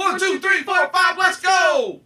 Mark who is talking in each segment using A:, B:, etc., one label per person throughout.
A: three, four, five, let's go!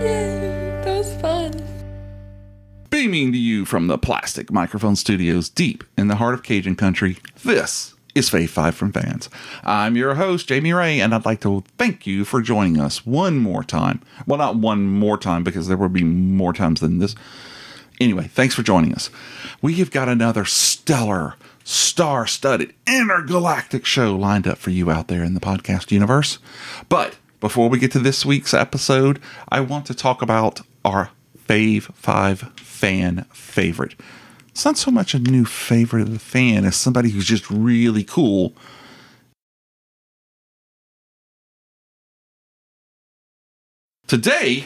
B: Yay, that was fun.
A: Beaming to you from the Plastic Microphone Studios deep in the heart of Cajun country, this is Fave 5 from Fans. I'm your host, Jamie Ray, and I'd like to thank you for joining us one more time. Well, not one more time because there will be more times than this. Anyway, thanks for joining us. We have got another stellar, star studded, intergalactic show lined up for you out there in the podcast universe. But before we get to this week's episode, I want to talk about our Fave 5 fan favorite. It's not so much a new favorite of the fan as somebody who's just really cool Today,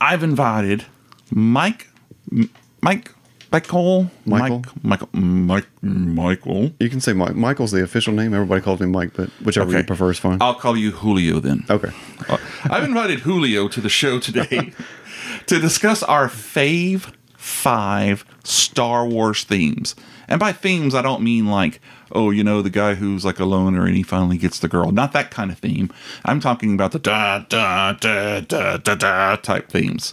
A: I've invited Mike, M- Mike, Michael,
C: Michael?
A: Mike, Michael, Mike, Michael.
C: You can say Mike. Michael's the official name. Everybody calls me Mike, but whichever you prefer is fine.
A: I'll call you Julio then.
C: okay.
A: Uh, I've invited Julio to the show today to discuss our fave five Star Wars themes. And by themes, I don't mean like, oh, you know, the guy who's like a loner and he finally gets the girl. Not that kind of theme. I'm talking about the da da da da da da type themes.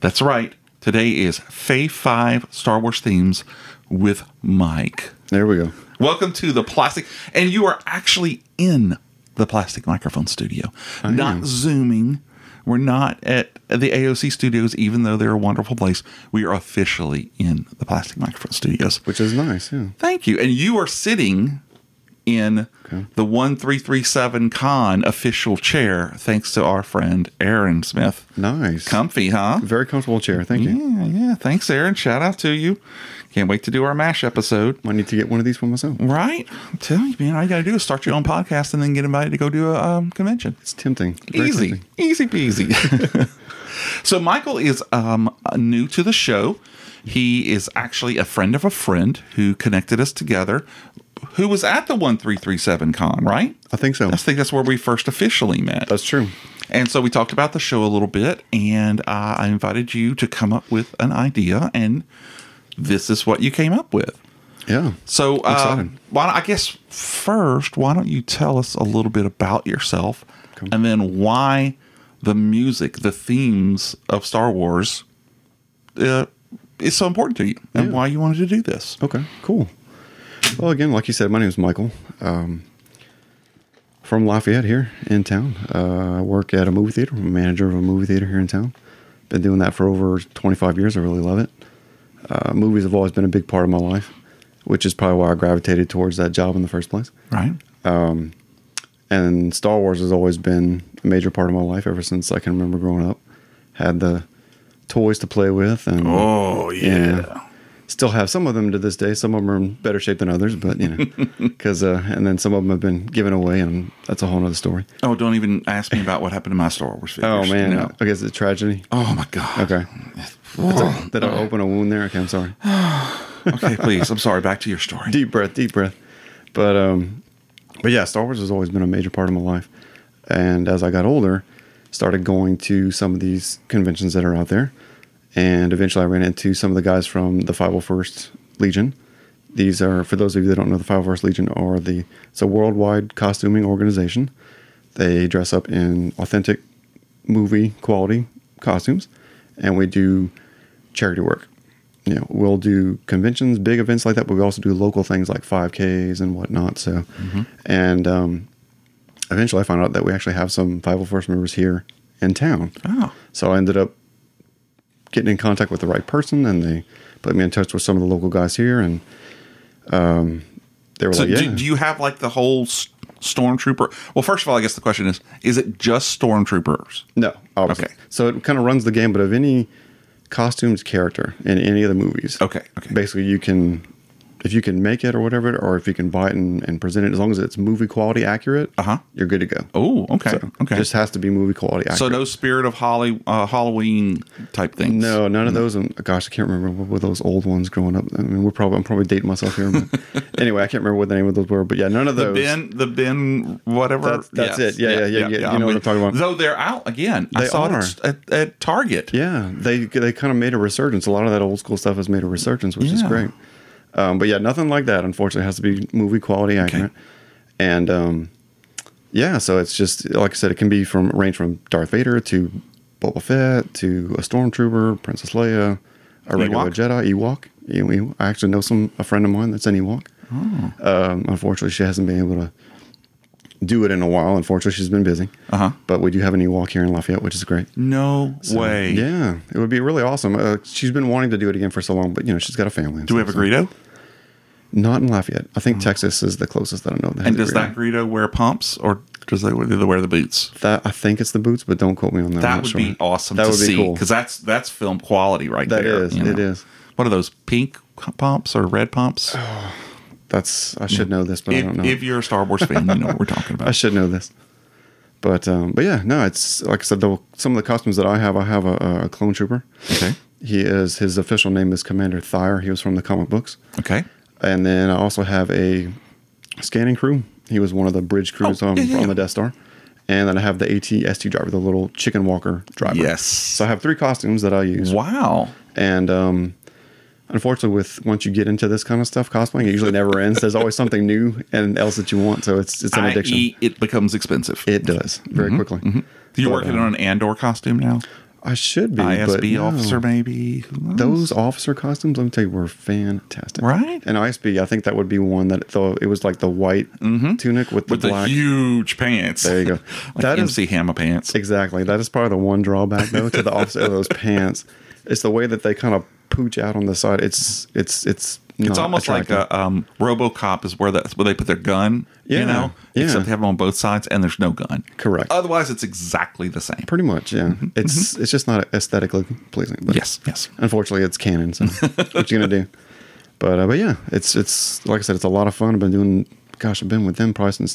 A: That's right. Today is Fave 5 Star Wars themes with Mike.
C: There we go.
A: Welcome to the plastic, and you are actually in the plastic microphone studio, not zooming. We're not at the AOC studios, even though they're a wonderful place. We are officially in the plastic microphone studios.
C: Which is nice. Yeah.
A: Thank you. And you are sitting in the 1337 Con official chair, thanks to our friend Aaron Smith.
C: Nice.
A: Comfy, huh?
C: Very comfortable chair. Thank you.
A: Yeah, yeah. Thanks, Aaron. Shout out to you. Can't wait to do our MASH episode.
C: Might need to get one of these for myself.
A: Right? I'm telling you, man, all you got to do is start your own podcast and then get invited to go do a um, convention.
C: It's tempting. Very
A: Easy,
C: tempting.
A: easy peasy. so, Michael is um, new to the show. He is actually a friend of a friend who connected us together, who was at the 1337 con, right?
C: I think so.
A: I think that's where we first officially met.
C: That's true.
A: And so we talked about the show a little bit, and uh, I invited you to come up with an idea, and this is what you came up with.
C: Yeah.
A: So, uh,
C: excited.
A: why don't, I guess first, why don't you tell us a little bit about yourself,
C: Okay.
A: and then why the music, the themes of Star Wars, uh, is so important to you, and
C: Yeah.
A: why you wanted to do this.
C: Okay, cool. Well, again, like you said, my name is Michael. Um, from Lafayette here in town. Uh, I work at a movie theater. I'm a manager of a movie theater here in town. Been doing that for over 25 years. I really love it. Uh, movies have always been a big part of my life, which is probably why I gravitated towards that job in the first place.
A: Right?
C: And Star Wars has always been a major part of my life ever since I can remember growing up. Had the toys to play with and
A: Oh
C: Still have some of them to this day. Some of them are in better shape than others, but you know, because uh, and then some of them have been given away, and that's a whole nother story.
A: Oh, don't even ask me about what happened to my Star Wars
C: Oh
A: figures.
C: man,
A: No.
C: I guess it's a tragedy.
A: Oh my god.
C: Okay, That's a- did I open a wound there? Okay, I'm sorry.
A: okay, please. I'm sorry. Back to your story.
C: Deep breath, deep breath. But um, but yeah, Star Wars has always been a major part of my life, and as I got older, started going to some of these conventions that are out there, and eventually I ran into some of the guys from the 501st Legion. These are for those of you that don't know, the 501st Legion are the it's a worldwide costuming organization. They dress up in authentic movie quality costumes, and we do charity work. You know, we'll do conventions, big events like that, but we also do local things like 5Ks and whatnot. So,
A: Mm-hmm.
C: and um, eventually I found out that we actually have some 501st members here in town.
A: Oh.
C: So I ended up getting in contact with the right person, and they put me in touch with some of the local guys here, and um, they were
A: So
C: like, "Yeah,
A: do, do you have like the whole s- stormtrooper? Well, first of all, I guess the question is: Is it just stormtroopers?
C: No, obviously.
A: Okay.
C: So it kind of runs the gamut of any costumed character in any of the movies.
A: Okay, okay.
C: Basically, you can if you can make it or whatever, or if you can buy it and, and present it, as long as it's movie quality accurate,
A: Uh-huh.
C: you're good to go.
A: Oh, okay,
C: So,
A: okay.
C: Just has to be movie quality accurate.
A: so no spirit of Holly, uh, Halloween type things. Mm.
C: No, none of those. And gosh, I can't remember what were those old ones growing up. I mean, we're probably I'm probably dating myself here. But anyway, I can't remember what the name of those were, but yeah, none of
A: The
C: those.
A: bin, the bin, whatever.
C: That's- that's it. Yeah, yeah, yeah, yeah. You know what I'm talking about.
A: Though they're out again. I
C: They
A: saw
C: are.
A: it at, at Target.
C: Yeah, they they kind of made a resurgence. A lot of that old school stuff has made a resurgence, which is
A: Yeah.
C: great. Um, but yeah, nothing like that. Unfortunately, it has to be movie quality accurate, and um, yeah, so it's just like I said, it can be from range from Darth Vader to Boba Fett to a stormtrooper, Princess Leia, a regular
A: Ewok?
C: Jedi, Ewok. Ew- Ew- I actually know some a friend of mine that's an Ewok.
A: Oh.
C: Um, unfortunately, she hasn't been able to do it in a while. Unfortunately, she's been busy.
A: Uh-huh.
C: But we do have an Ewok here in Lafayette, which is great.
A: No way.
C: Yeah, it would be really awesome. Uh, she's been wanting to do it again for so long, but you know she's got a family. and
A: Do we have a
C: stuff,
A: Greedo?
C: so- Not in Lafayette. I think Texas is the closest that I know. That has
A: And
C: a
A: does
C: Greedo.
A: that Greedo wear pumps or does they, do they wear the boots?
C: That I think it's the boots, but don't quote me on that. I'm
A: That
C: not
A: would
C: sure.
A: be awesome
C: That
A: to
C: would be
A: see
C: cool.
A: because that's that's film quality right
C: That
A: there.
C: is,
A: you know.
C: it is.
A: What are those pink pumps or red pumps?
C: That's I should know this, but I
A: if,
C: don't know.
A: if you're a Star Wars fan, you know what we're talking
C: I
A: about.
C: should know this. But um, but yeah, no, it's like I said. The, some of the costumes that I have, I have a, a clone trooper.
A: Okay.
C: He is his official name is Commander Thayer. He was from the comic books,
A: Okay.
C: and then I also have a scanning crew. He was one of the bridge crews
A: Oh,
C: on,
A: yeah, yeah,
C: on
A: yeah.
C: the Death Star, and then I have the ATST driver, the little chicken walker driver.
A: Yes.
C: So I have three costumes that I use,
A: Wow.
C: and um, unfortunately, with once you get into this kind of stuff, cosplaying it usually never ends. There's always something new and else that you want, so it's it's an addiction.
A: I.e., it becomes expensive.
C: It does very
A: Mm-hmm,
C: quickly.
A: You're
C: But,
A: working
C: um,
A: on an Andor costume now?
C: I should be but
A: ISB
C: no.
A: officer, maybe? Who knows?
C: Those officer costumes, let me tell you, were fantastic.
A: Right?
C: And ISB, I think that would be one that though it was like the white tunic with the
A: Mm-hmm. with
C: black.
A: the huge pants.
C: There you go.
A: like
C: That is-
A: MC Hammer pants.
C: exactly. That is probably the one drawback though to the officer of those pants. It's the way that they kind of pooch out on the side. It's it's it's.
A: It's almost like a um, RoboCop is where that's where they put their gun.
C: Yeah,
A: you know,
C: yeah.
A: except they have them on both sides, and there's no gun.
C: Correct.
A: Otherwise, it's exactly the same.
C: pretty much yeah. It's it's just not aesthetically pleasing. But
A: Mm-hmm, Yes, yes.
C: unfortunately it's canon so what you gonna do but uh, but yeah it's it's like i said it's a lot of fun i've been doing gosh i've been with them probably since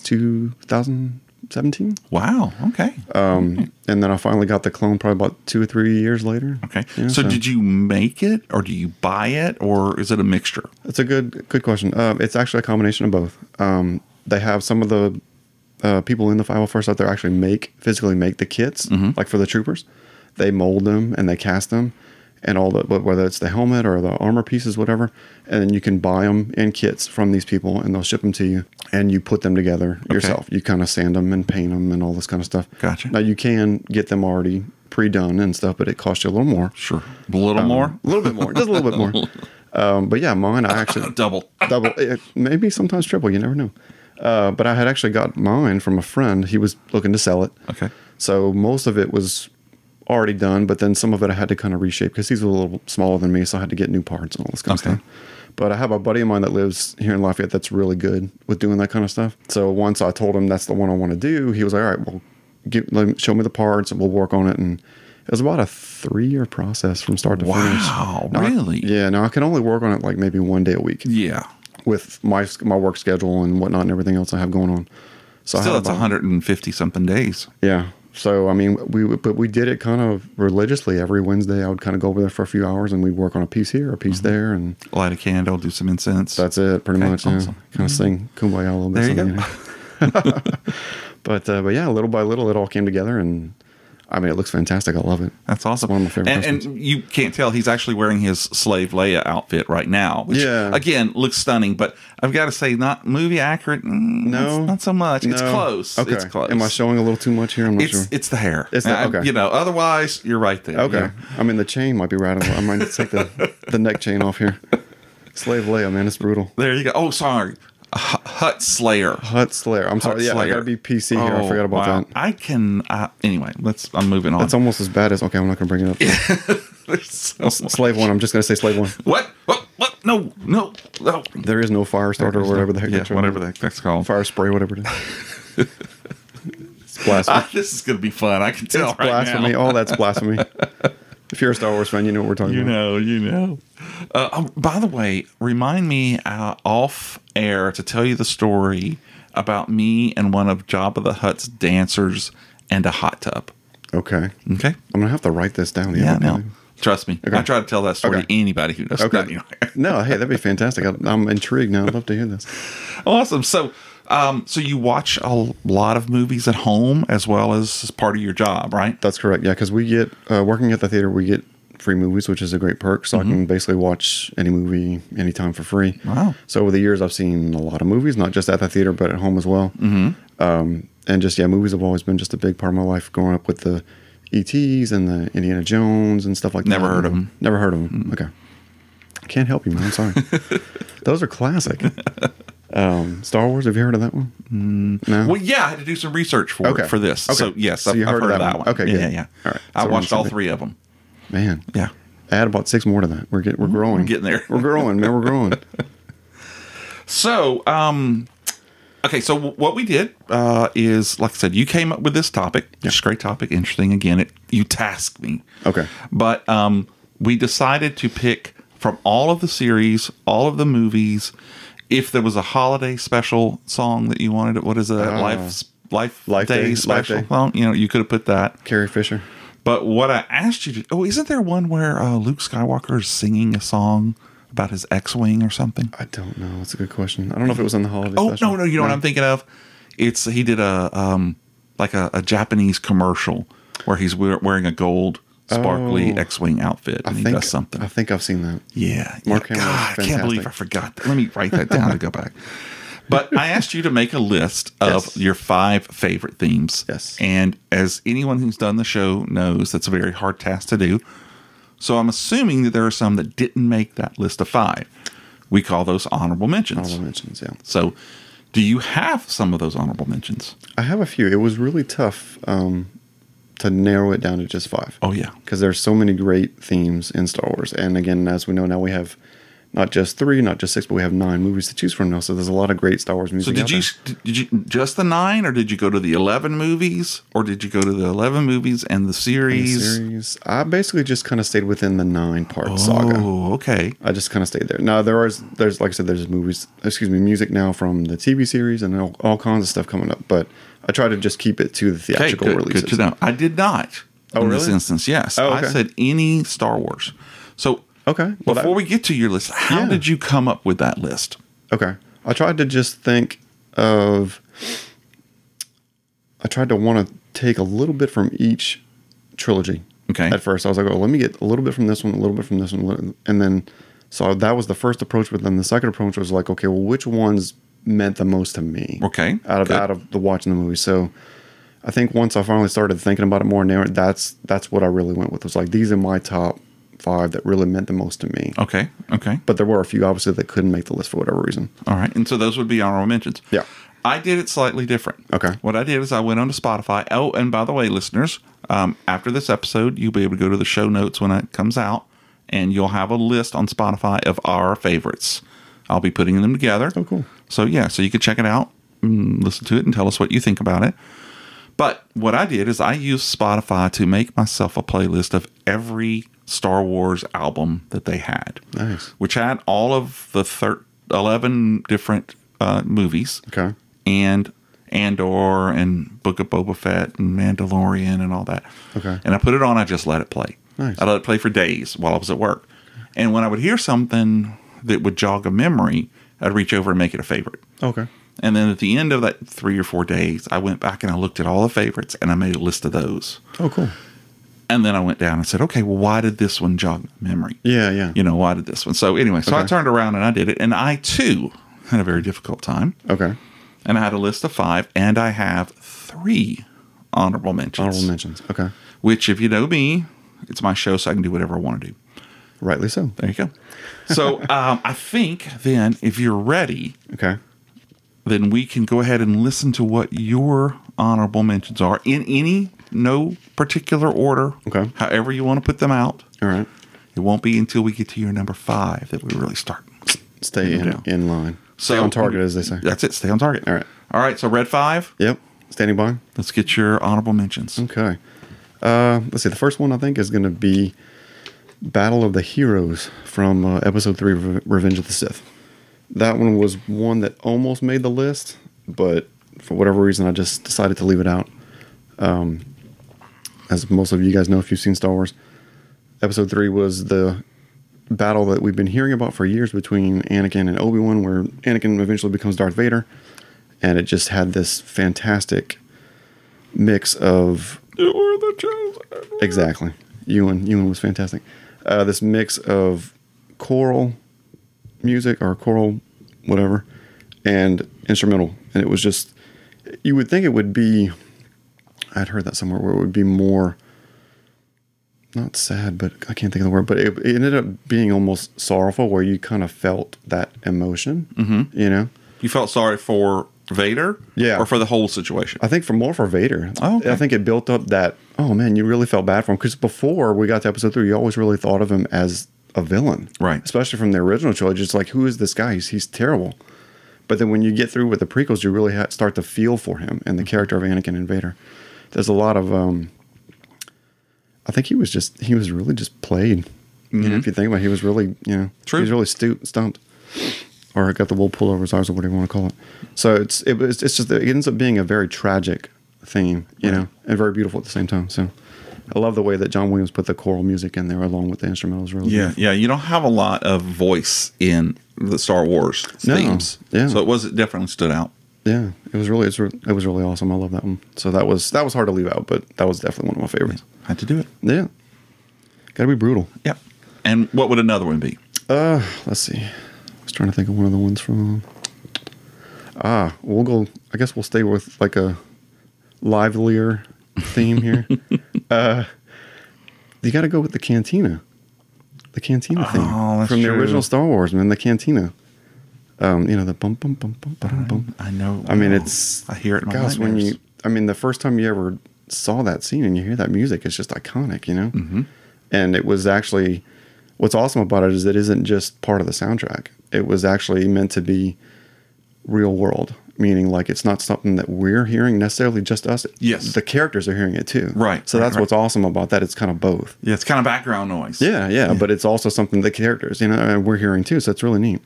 C: 2017
A: Wow. Okay. Hmm.
C: um, and then i finally got the clone probably about two or three years later
A: okay.
C: Yeah,
A: so, did you make it, or do you buy it, or is it a mixture?
C: that's a good good question uh, it's actually a combination of both um, they have some of the uh, people in the 501st out there actually make physically make the kits like for the troopers they mold them and they cast them and all the wh- whether it's the helmet or the armor pieces whatever and then you can buy them in kits from these people and they'll ship them to you and you put them together yourself you kind of sand them and paint them and all this kind of stuff
A: Gotcha.
C: now you can get them already pre-done and stuff but it costs you a little more
A: Sure. A
C: Um,
A: little more.
C: a little bit more just a little bit more um, but yeah mine i actually
A: Double.
C: double, eh, maybe sometimes triple. You never know. Uh, but I had actually got mine from a friend. He was looking to sell it.
A: Okay.
C: So most of it was already done, but then some of it I had to kind of reshape because he's a little smaller than me, so I had to get new parts and all this kind
A: Okay.
C: of stuff. But I have a buddy of mine that lives here in Lafayette that's really good with doing that kind of stuff. So once I told him that's the one I want to do, he was like, "All right, well, give, let me, show me the parts and we'll work on it." And it was about a three-year process from start to finish.
A: Wow.
C: Now I-
A: really?
C: yeah. Now I can only work on it like maybe one day a week
A: Yeah.
C: with my my work schedule and whatnot and everything else I have going on. So I
A: Still,
C: had
A: it's
C: about-
A: 150 something days.
C: Yeah. So I mean, we but we did it kind of religiously every Wednesday. I would kind of go over there for a few hours and we'd work on a piece here, a piece there, and
A: Light a candle, do some incense.
C: that's it pretty
A: Mm-hmm. Okay,
C: much. Yeah.
A: awesome. Mm-hmm.
C: Kind of sing kumbaya a little bit.
A: There you
C: something,
A: go.
C: know. but uh, but yeah, little by little, it all came together, and I mean, it looks fantastic. I love it.
A: That's awesome.
C: one of my favorite
A: And, and you can't tell he's actually wearing his slave Leia outfit right now. Which,
C: Yeah.
A: Again, looks stunning, but I've got to say, not movie accurate. mm,
C: No,
A: it's not so much. It's
C: No?
A: close.
C: Okay.
A: It's close.
C: Am I showing a little too much here? I'm not
A: It's
C: sure.
A: it's the hair.
C: It's the-
A: I-
C: okay.
A: You know, otherwise you're right there.
C: Okay.
A: Yeah.
C: I mean, the chain might be right. I might need to take the, the neck chain off here. Slave Leia, man, it's brutal.
A: There you go. Oh, sorry. H- Hut Slayer.
C: Hut Slayer. I'm sorry.
A: Hut
C: yeah, I
A: Slayer. Oh,
C: gotta be PC here. I forgot about
A: wow.
C: that.
A: I can. Uh, anyway, let's. I'm moving on.
C: That's almost as bad as okay. I'm not gonna bring it up.
A: There's so much.
C: Slave one. I'm just gonna say slave one.
A: What? What? What? No. No. No.
C: There is no fire starter or whatever the heck.
A: Yeah,
C: that's-
A: whatever the heck that's called.
C: fire spray, whatever it is. it's blasphemy.
A: Ah, this is going to be fun. I can
C: It's
A: tell right
C: blasphemy.
A: now.
C: All that's blasphemy. If you're a Star Wars fan, you know what we're talking
A: You
C: about.
A: know, you know. Uh, um, by the way, remind me uh, off air to tell you the story about me and one of Jabba the Hutt's dancers and a hot tub.
C: Okay. I'm
A: Okay.
C: gonna have to write this down.
A: Yeah, no. Trust me. I
C: Okay.
A: try to tell that story
C: Okay.
A: to anybody who knows.
C: Okay.
A: Not you.
C: no, hey, that'd be fantastic. I, I'm intrigued now. I'd love to hear this.
A: awesome. So, um, so you watch a lot of movies at home as well as as part of your job, right?
C: That's correct. Yeah, because we get uh, working at the theater, we get free movies, which is a great perk. So
A: Mm-hmm.
C: I can basically watch any movie anytime for free.
A: Wow.
C: So over the years, I've seen a lot of movies, not just at the theater, but at home as well. Mm-hmm. Um, and just yeah, movies have always been just a big part of my life. Growing up with the ETs and the Indiana Jones and stuff like that.
A: Never heard of 'em. Mm-hmm.
C: Never heard of them. Okay. Can't help you, man. I'm sorry. Those are classic. Um, Star Wars. Have you heard of that one? no.
A: Well, yeah, I had to do some research for
C: Okay.
A: for this.
C: Okay.
A: So yes,
C: So
A: I've,
C: you
A: I've heard, of that one.
C: Okay,
A: yeah,
C: good.
A: yeah, yeah.
C: All right.
A: I
C: So we're
A: watched
C: on
A: all
C: the same
A: three of them.
C: Man.
A: Yeah, Mm-hmm.
C: Add about six more to that. We're get, we're growing.
A: getting there.
C: We're growing, man. We're growing.
A: So, um, okay, so w- what we did uh, is, like I said, you came up with this topic. It's a great topic, interesting. Again, it you tasked me.
C: Okay.
A: But um, we decided to pick from all of the series, all of the movies. If there was a holiday special song that you wanted, what is it?
C: Ah.
A: life, life,
C: Life
A: day,
C: Day, Life
A: special.
C: Day.
A: Well, you know, you could have put that.
C: Carrie Fisher.
A: But what I asked you to, oh, isn't there one where uh, Luke Skywalker is singing a song about his X-wing or something?
C: I don't know. That's a good question. I don't know if it was on the holiday.
A: Oh
C: special.
A: no, no, you know what I'm thinking of? It's he did a um like a, a Japanese commercial where he's wear, wearing a gold sparkly
C: Oh.
A: X-wing outfit and he does something.
C: I think I've seen that.
A: yeah,
C: Mark
A: yeah.
C: Hamill is
A: God, I can't believe
C: fantastic.
A: I forgot. That. Let me write that down to go back. But I asked you to make a list of
C: Yes.
A: your five favorite themes.
C: Yes.
A: And as anyone who's done the show knows, that's a very hard task to do. So I'm assuming that there are some that didn't make that list of five. We call those honorable mentions.
C: Honorable mentions. Yeah,
A: So, do you have some of those honorable mentions?
C: I have a few. It was really tough um, to narrow it down to just five.
A: Oh yeah,
C: because there's so many great themes in Star Wars. And again, as we know now, we have not just three, not just six, but we have nine movies to choose from now. So there's a lot of great Star Wars
A: So
C: music.
A: did
C: out
A: you
C: there.
A: did you just the nine, or did you go to the eleven movies, or did you go to the eleven movies and the
C: The
A: series?
C: series? I basically just kind of stayed within the nine part saga.
A: Oh, okay.
C: I just kind of stayed there. Now there are there's like I said there's movies, excuse me, music now from the TV series and all, all kinds of stuff coming up. But I try to just keep it to the
A: Okay,
C: theatrical
A: good,
C: releases.
A: good to know. I did not
C: Oh,
A: in this
C: really?
A: instance. Yes,
C: Oh,
A: I
C: okay.
A: said any Star Wars. So
C: Okay, well,
A: before
C: that-
A: we get to your list, how
C: Yeah.
A: did you come up with that list?
C: Okay, I tried to just think of. I tried to want to take a little bit from each trilogy.
A: Okay.
C: At first, I was like, "Oh, let me get a little bit from this one, a little bit from this one," a little- and then so that was the first approach. But then the second approach was like, "Okay, well, which ones meant the most to me?"
A: Okay,
C: out of
A: good.
C: out of the watching the movie. So I think once I finally started thinking about it more, now that's that's what I really went with. Was like these are my top five that really meant the most to me.
A: Okay, okay.
C: But there were a few obviously that couldn't make the list for whatever reason.
A: All right. And so those would be honorable mentions.
C: Yeah.
A: I did it slightly different.
C: Okay.
A: What I did is I went onto Spotify. Oh, and by the way, listeners, um, after this episode, you'll be able to go to the show notes when it comes out, and you'll have a list on Spotify of our favorites. I'll be putting them together.
C: Oh, cool.
A: So, yeah, so you can check it out, mm, listen to it, and tell us what you think about it. But what I did is I used Spotify to make myself a playlist of every Star Wars album that they had.
C: Nice.
A: Which had all of the thir- 11 different uh, movies.
C: Okay.
A: And Andor and Book of Boba Fett and Mandalorian and all that.
C: Okay.
A: And I put it on, I just let it play.
C: Nice.
A: I let it play for days while I was at work. And when I would hear something that would jog a memory, I'd reach over and make it a favorite.
C: Okay.
A: And then at the end of that three or four days, I went back and I looked at all the favorites and I made a list of those.
C: Oh, cool.
A: And then I went down and said, okay, well, why did this one jog my memory?
C: Yeah, yeah.
A: You know, why did this one? So anyway, so I
C: Okay.
A: turned around and I did it. And I too had a very difficult time.
C: Okay.
A: And I had a list of five and I have three honorable mentions.
C: Honorable mentions. Okay.
A: Which, if you know me, it's my show, so I can do whatever I want to do.
C: Rightly so.
A: There you go. So um, I think then, if you're ready,
C: Okay.
A: then we can go ahead and listen to what your honorable mentions are in any no particular order.
C: Okay.
A: However you want to put them out.
C: All right.
A: It won't be until we get to your number five that we really start.
C: Stay in,
A: down.
C: in line. Stay on target, as they say.
A: That's it. Stay on target.
C: All right.
A: All right. So red five.
C: Yep. Standing by.
A: Let's get your honorable mentions.
C: Okay. Uh, let's see. The first one I think is going to be Battle of the Heroes from uh, Episode 3 Re- Revenge of the Sith. That one was one that almost made the list, but for whatever reason, I just decided to leave it out. Um, as most of you guys know, if you've seen Star Wars, Episode 3 was the battle that we've been hearing about for years between Anakin and Obi Wan, where Anakin eventually becomes Darth Vader. And it just had this fantastic mix of
A: You are the chosen.
C: Exactly. Ewan Ewan was fantastic. Uh, this mix of choral music or choral whatever and instrumental, and it was just you would think it would be. I'd heard that somewhere where it would be more. Not sad, but I can't think of the word. But it, it ended up being almost sorrowful, where you kind of felt that emotion. Mm-hmm. You know,
A: You felt sorry for Vader?
C: Yeah.
A: Or for the whole situation?
C: I think for more for Vader.
A: Oh, okay.
C: I think it built up that. Oh man, you really felt bad for him because before we got to episode three, you always really thought of him as a villain,
A: Right.
C: Especially from the original trilogy, it's like who is this guy? He's, he's terrible. But then when you get through with the prequels, you really ha- start to feel for him
A: Mm-hmm.
C: and the character of Anakin and Vader. There's a lot of. um I think he was just he was really just played. You know, if you think about, it, he was really you know
A: Mm-hmm. True.
C: he was really stu- stumped or got the wool pulled over his eyes or whatever you want to call it. So it's it was it's just it ends up being a very tragic theme, you know, and very beautiful at the same time. So I love the way that John Williams put the choral music in there along with the instrumentals. Really,
A: Yeah, yeah. You don't have a lot of voice in the Star Wars
C: No,
A: themes.
C: yeah.
A: So it was it definitely stood out.
C: yeah, it was really it's re- it was really awesome. I love that one. So that was that was hard to leave out, but that was definitely one of my favorites.
A: Had to do it.
C: Yeah, got to be brutal.
A: Yep. And what would another one be?
C: Uh, let's see. I was trying to think of one of the ones from. um, Ah, we'll go. I guess we'll stay with like a livelier theme here. uh, you got to go with the cantina, the cantina thing
A: Oh, that's
C: from the
A: true.
C: original Star Wars, man. The cantina. Um, you know the bum bum bum bum bum bum.
A: I know.
C: I mean, it's
A: I hear it. In my
C: gosh, when
A: nightmares.
C: you. I mean, the first time you ever saw that scene and you hear that music, it's just iconic, you know. Mm-hmm. And it was actually, what's awesome about it is it isn't just part of the soundtrack. It was actually meant to be real world, meaning like it's not something that we're hearing necessarily just us.
A: Yes.
C: the characters are hearing it too.
A: Right,
C: So
A: right,
C: that's
A: right.
C: what's awesome about that. It's kind of both.
A: yeah, it's kind of background noise.
C: Yeah, yeah, but it's also something the characters, you know, and we're hearing too, so it's really neat.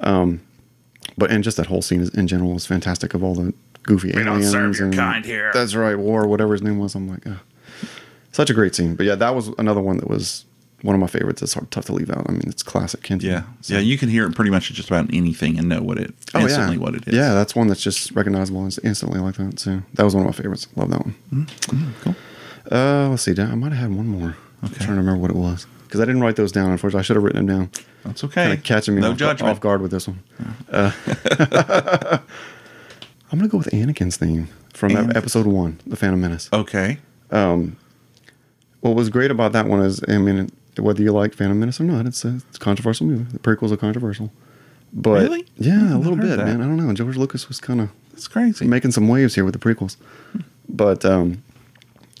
C: Um, but and just that whole scene is, in general is fantastic of all the goofy we
A: don't
C: aliens.
A: serve your
C: and-
A: kind here.
C: That's right, War, whatever his name was. I'm like, ugh. such a great scene. But yeah, that was another one that was one of my favorites. It's hard, tough to leave out. I mean, it's classic Kenton.
A: Yeah. Yeah. You can hear it pretty much just about anything and know what it instantly
C: oh, yeah.
A: what it is.
C: Yeah, that's one that's just recognizable inst- instantly like that. So that was one of my favorites. Love that one.
A: Mm-hmm. cool.
C: Uh, let's see. Dan- I might have had one more. I'm trying to remember what it was because I didn't write those down. Unfortunately, I should have written them down.
A: That's okay.
C: kind of catching me
A: no
C: off,
A: judgment.
C: off guard with this one. Uh, I'm gonna go with Anakin's theme from ep-
A: Anakin.
C: episode one, The Phantom Menace.
A: Okay.
C: What was great about that one is, I mean, whether you like Phantom Menace or not, it's a, it's a controversial movie. The prequels are controversial, but
A: Really?
C: yeah, a
A: I've
C: little
A: heard
C: bit,
A: that.
C: man. I don't know. George Lucas was kind of
A: That's crazy.
C: making some waves here with the prequels, but um,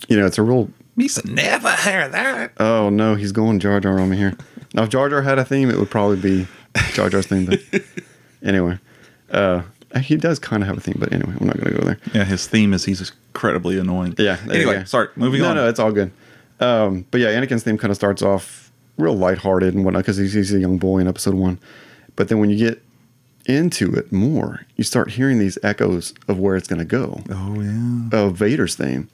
C: you know, it's a real
A: me some never hear that.
C: Oh no, he's going Jar Jar on me here. Now, if Jar Jar had a theme, it would probably be Jar Jar's theme. But anyway, uh, he does kind of have a theme, but anyway, I'm not going to go there.
A: Yeah, his theme is he's incredibly annoying.
C: Yeah. there you
A: Anyway,
C: go.
A: sorry. Moving
C: no,
A: on.
C: No, it's all good. Um, but yeah, Anakin's theme kind of starts off real lighthearted and whatnot because he's, he's a young boy in episode one. But then when you get into it more, you start hearing these echoes of where it's going to go
A: oh yeah.
C: of Vader's theme,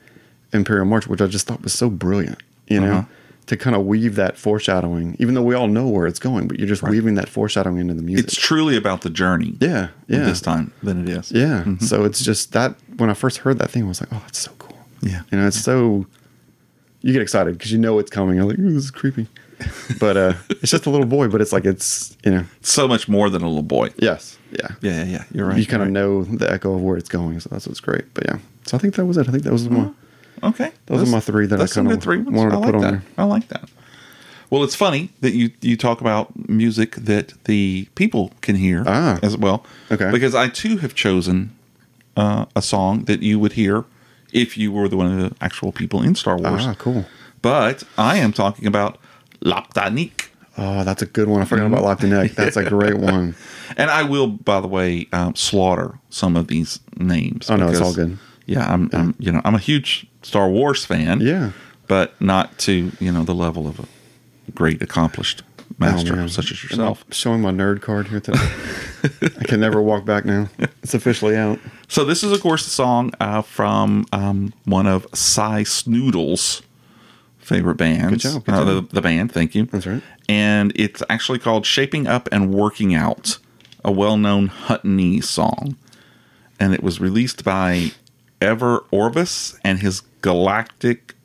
C: Imperial March, which I just thought was so brilliant, you know,
A: Uh-huh.
C: to kind of weave that foreshadowing, even though we all know where it's going, but you're just weaving that foreshadowing into the music.
A: It's truly about the Mm-hmm. journey.
C: yeah, yeah,
A: This time than it is.
C: yeah. So it's just that when I first heard that thing, I was like, oh, that's so cool.
A: Yeah.
C: You know, it's so you get excited because you know it's coming. You're like, ooh, this is creepy, but uh, it's just a little boy, but it's like it's you know,
A: so much more than a little boy.
C: yes, yeah,
A: Yeah, yeah, yeah. You're right.
C: you kind of
A: you're
C: know the echo of where it's going, so that's what's great. But yeah, so I think that was it. I think that
A: Uh-huh.
C: was one.
A: right. okay.
C: Those are my three that I
A: that's some
C: kinda
A: good three ones.
C: wanted to
A: I like
C: put on
A: that.
C: there.
A: I like that. Well, it's funny that you you talk about music that the people can hear
C: Ah.
A: as well.
C: Okay.
A: because I too have chosen uh, a song that you would hear if you were the one of the actual people in Star Wars.
C: Ah, cool.
A: But I am talking about Laptanik.
C: Oh, that's a good one. I forgot
A: Mm-hmm.
C: about Locked in Neck. That's a great one.
A: And I will, by the way, um, slaughter some of these names.
C: Oh, no, it's all good.
A: Yeah, I'm, I'm, you know, I'm a huge Star Wars fan.
C: Yeah.
A: but not to you know the level of a great accomplished master
C: Oh, man.
A: such as
C: Am I
A: yourself.
C: showing my nerd card here today. I can never walk back now. It's officially out.
A: So this is, of course, the song uh, from um, one of Cy Snoodle's favorite bands.
C: Good job, good
A: uh,
C: job.
A: The, the band, thank you.
C: That's right.
A: And it's actually called "Shaping Up and Working Out," a well-known Huttonese song, and it was released by Ever Orbis and his Galactic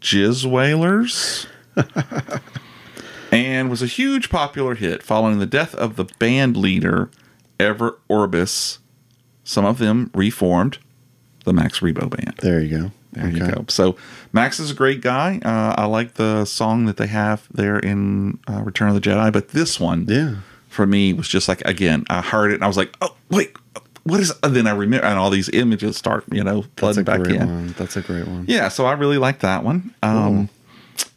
A: Jizz Whalers. and was a huge popular hit following the death of the band leader Ever Orbis. Some of them reformed the Max Rebo band.
C: There you go.
A: There you go. So Max is a great guy. Uh, I like the song that they have there in uh, Return of the Jedi, but this one,
C: Yeah.
A: for me was just like again, I heard it and I was like, oh wait, what is? And then I remember, and all these images start, you know,
C: That's
A: flooding
C: a
A: back
C: great
A: in.
C: one. That's a great one.
A: Yeah, so I really like that one. Um,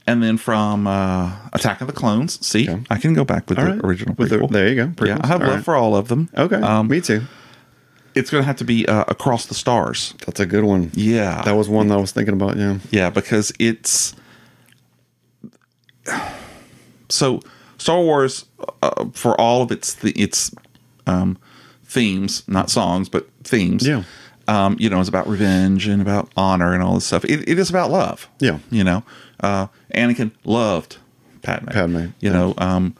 A: and then from uh, Attack of the Clones, see,
C: Okay.
A: I can go back with
C: All
A: the
C: right.
A: original.
C: With the-
A: prequel.
C: there you go.
A: Yeah,
C: Prequels.
A: I have
C: All
A: love
C: right.
A: for all of them.
C: Okay.
A: um,
C: Me too.
A: it's going to have to be uh, Across the Stars.
C: That's a good one.
A: Yeah,
C: That was one that I was thinking about. Yeah.
A: Yeah, because it's so Star Wars uh, for all of its th- its um, themes, not songs, but themes.
C: Yeah.
A: Um, you know, it's about revenge and about honor and all this stuff. It, it is about love.
C: Yeah.
A: You know, uh, Anakin loved Padme.
C: Padme,
A: You
C: yeah.
A: know, um,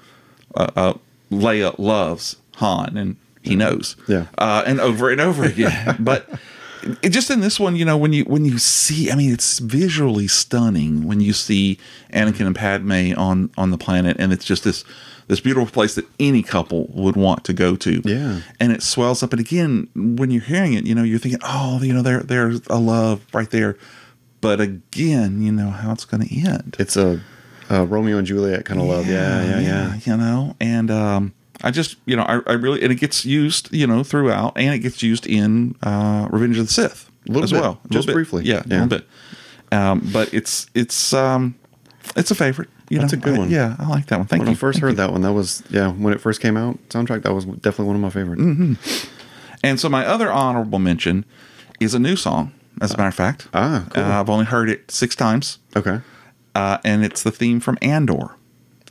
A: uh, uh, Leia loves Han, and he knows.
C: Yeah.
A: Uh, and over and over again. but it, just in this one, you know, when you when you see, I mean, it's visually stunning when you see Anakin and Padme on on the planet, and it's just this this beautiful place that any couple would want to go to.
C: Yeah.
A: And it swells up, and again, when you're hearing it, you know, you're thinking, oh, you know, there there's a love right there. But again, you know how it's going to end.
C: It's a, a Romeo and Juliet kind of love. Yeah. Yeah. Yeah.
A: You know, and um, I just, you know, I, I really, and it gets used, you know, throughout, and it gets used in uh, Revenge of the Sith
C: Little
A: as
C: bit,
A: well, A
C: just
A: little bit.
C: briefly.
A: yeah,
C: Yeah.
A: a little bit. Um, but it's it's um, it's a favorite. You
C: That's
A: know?
C: a good
A: I-
C: one.
A: yeah, I like that one. Thank
C: When
A: you.
C: I first
A: Thank you.
C: heard that one, that was yeah. When it first came out, soundtrack that was definitely one of my favorite.
A: Mm-hmm. And so my other honorable mention is a new song. As a matter of fact,
C: Ah, cool.
A: uh, I've only heard it six times,
C: Okay.
A: uh, and it's the theme from Andor.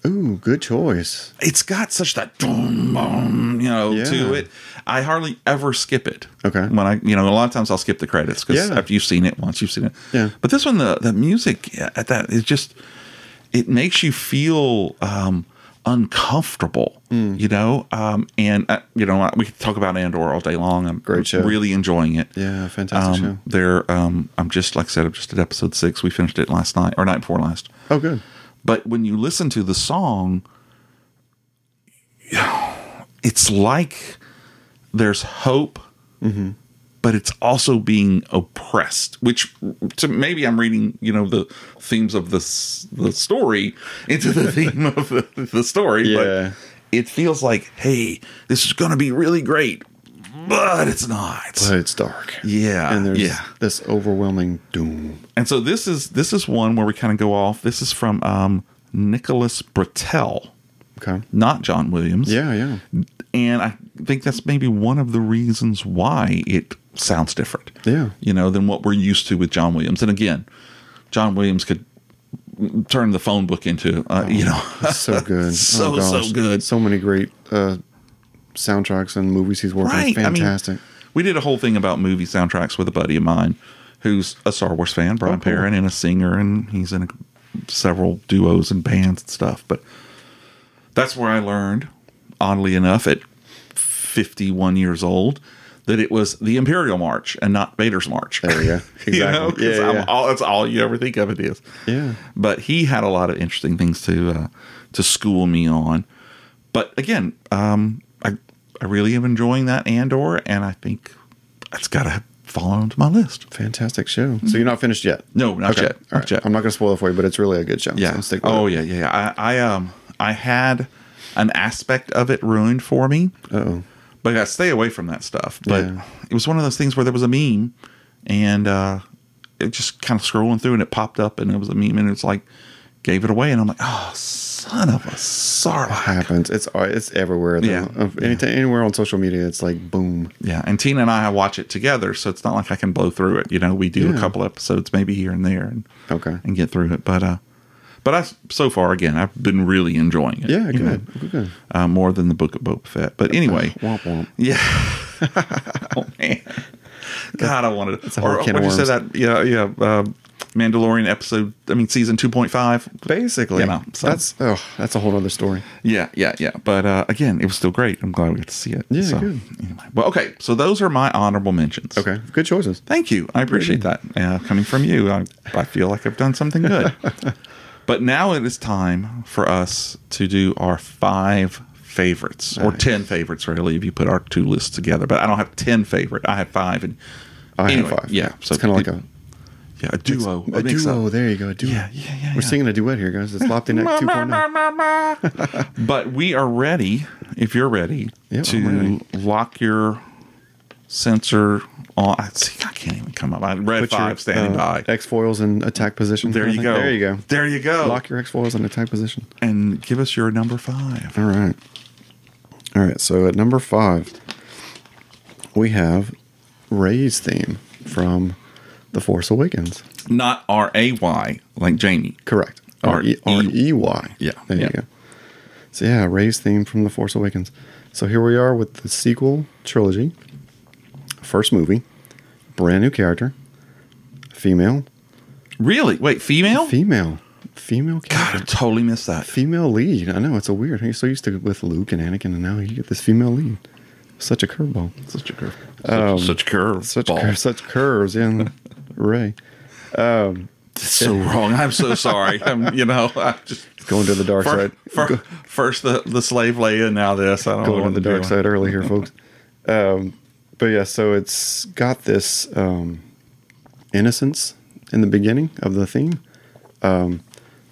C: Ooh, good choice.
A: It's got such that boom, boom, you know, to
C: Yeah.
A: it. I hardly ever skip it.
C: Okay.
A: When I, you know, a lot of times I'll skip the credits because
C: Yeah.
A: after you've seen it once, you've seen it.
C: Yeah.
A: But this one, the the music at that is just, it makes you feel um, uncomfortable,
C: Mm.
A: you know, um, and uh, you know we could talk about Andor all day long. I'm
C: Great show.
A: really enjoying it.
C: Yeah, fantastic
A: Um, there, um, I'm just like I said, I'm just at episode six. We finished it last night or night before last.
C: show. Oh, good.
A: But when you listen to the song, it's like there's hope,
C: Mm-hmm.
A: but it's also being oppressed. Which, to maybe I'm reading, you know, the themes of the s- the story into the theme of the, the story.
C: Yeah.
A: But it feels like, hey, this is going to be really great, but it's not.
C: But it's dark.
A: yeah,
C: And there's
A: yeah.
C: this overwhelming doom.
A: And so this is this is one where we kind of go off. This is from um, Nicholas Britell,
C: Okay.
A: not John Williams.
C: Yeah, yeah.
A: And I think that's maybe one of the reasons why it sounds different.
C: Yeah.
A: You know, than what we're used to with John Williams. And again, John Williams could turn the phone book into uh, you
C: Oh.
A: know
C: So good. Oh,
A: So, so good.
C: So many great uh, soundtracks and movies he's worked
A: right.
C: on. Fantastic.
A: I mean, we did a whole thing about movie soundtracks with a buddy of mine who's a Star Wars fan, Brian
C: Oh, cool.
A: Perrin, and a singer, and he's in several duos and bands and stuff. But that's where I learned, oddly enough, at 51 years old, that it was the Imperial March and not Vader's March.
C: there you go. Exactly.
A: you know, 'cause
C: yeah,
A: I'm
C: yeah.
A: all- that's all you ever think of it is.
C: Yeah.
A: But he had a lot of interesting things to uh, to school me on. But again, um, I I really am enjoying that Andor, and I think it's got to fall onto my list.
C: Fantastic show. So you're not finished yet?
A: No, not
C: Okay.
A: yet.
C: All
A: Not
C: right.
A: yet.
C: I'm not going to spoil it for you, but it's really a good show. so
A: yeah.
C: I'm sticking with
A: oh
C: it.
A: yeah, yeah, yeah. I, I um I had an aspect of it ruined for me.
C: Uh-oh.
A: but I stay away from that stuff. But
C: Yeah.
A: it was one of those things where there was a meme, and uh, it just kind of scrolling through, and it popped up, and it was a meme, and it's like gave it away, and I'm like, oh, son of a sarlacc.
C: Happens. It's uh, it's everywhere. Though.
A: Yeah.
C: Of Any, Anywhere on social media, it's like boom.
A: Yeah, and Tina and I watch it together, so it's not like I can blow through it. You know, we do
C: Yeah.
A: a couple episodes maybe here and there, and
C: Okay.
A: and get through it. But uh, But I, so far, again, I've been really enjoying it.
C: Yeah,
A: you know,
C: good. Uh, good.
A: Uh, more than the Book of Boba Fett. But anyway,
C: Womp womp.
A: yeah. oh man, God, I wanted.
C: a whole
A: or
C: can of
A: what you say
C: worms.
A: that? Yeah, yeah. Uh, Mandalorian episode. I mean, season two point five.
C: Basically,
A: You know, so-
C: that's oh, that's a whole other story.
A: Yeah, yeah, yeah. But uh, again, it was still great. I'm glad we got to see it.
C: Yeah,
A: So,
C: good.
A: Anyway, well, okay. So those are my honorable mentions.
C: Okay, good choices.
A: Thank you. I appreciate that. Uh, coming from you, I, I feel like I've done something good. but now it is time for us to do our five favorites or 10 favorites, really, if you put our two lists together. But I don't have 10 favorite. I have five. And
C: Oh, I
A: Anyway,
C: have five.
A: yeah,
C: so
A: so
C: it's kind of like a,
A: yeah, a duo.
C: a
A: mix up.
C: duo. There you go, a duo.
A: Yeah, yeah, yeah,
C: We're
A: yeah.
C: singing a duet here, guys. It's Lofty Neck 2.0.
A: but we are ready, if you're ready,
C: Yeah, I'm
A: to
C: ready.
A: lock your sensor on. I, see, I can't even come up. I red
C: Put your,
A: five standing
C: uh,
A: by.
C: X foils in attack position.
A: There
C: I
A: you
C: think.
A: go.
C: There you go.
A: There you go.
C: Lock your X foils in attack position.
A: and give us your number five.
C: All right. All right. So at number five, we have Ray's theme from The Force Awakens.
A: Not R A Y, like Jamie.
C: Correct.
A: R-
C: R E R E Y.
A: Yeah,
C: There
A: yeah.
C: you go. So yeah, Ray's theme from The Force Awakens. So here we are with the sequel trilogy. First movie, brand new character, female,
A: Really? Wait, female?
C: female, female character.
A: God, I totally missed that.
C: female lead. I know it's a weird. You're so used to with Luke and Anakin, and now you get this female lead. Such a curveball.
A: Such a curve. Such,
C: Um,
A: such curve.
C: Such
A: ball.
C: cur- such curves. Yeah, Ray
A: That's so wrong. I'm so sorry. I'm, you know, I just
C: going to the dark
A: Fir-
C: side.
A: fir-
C: Go-
A: first the, the slave Leia, now this. I don't know
C: going
A: what
C: on the
A: I'm
C: dark
A: doing.
C: side early here, folks. Um, but yeah, so it's got this um, innocence in the beginning of the theme. Um,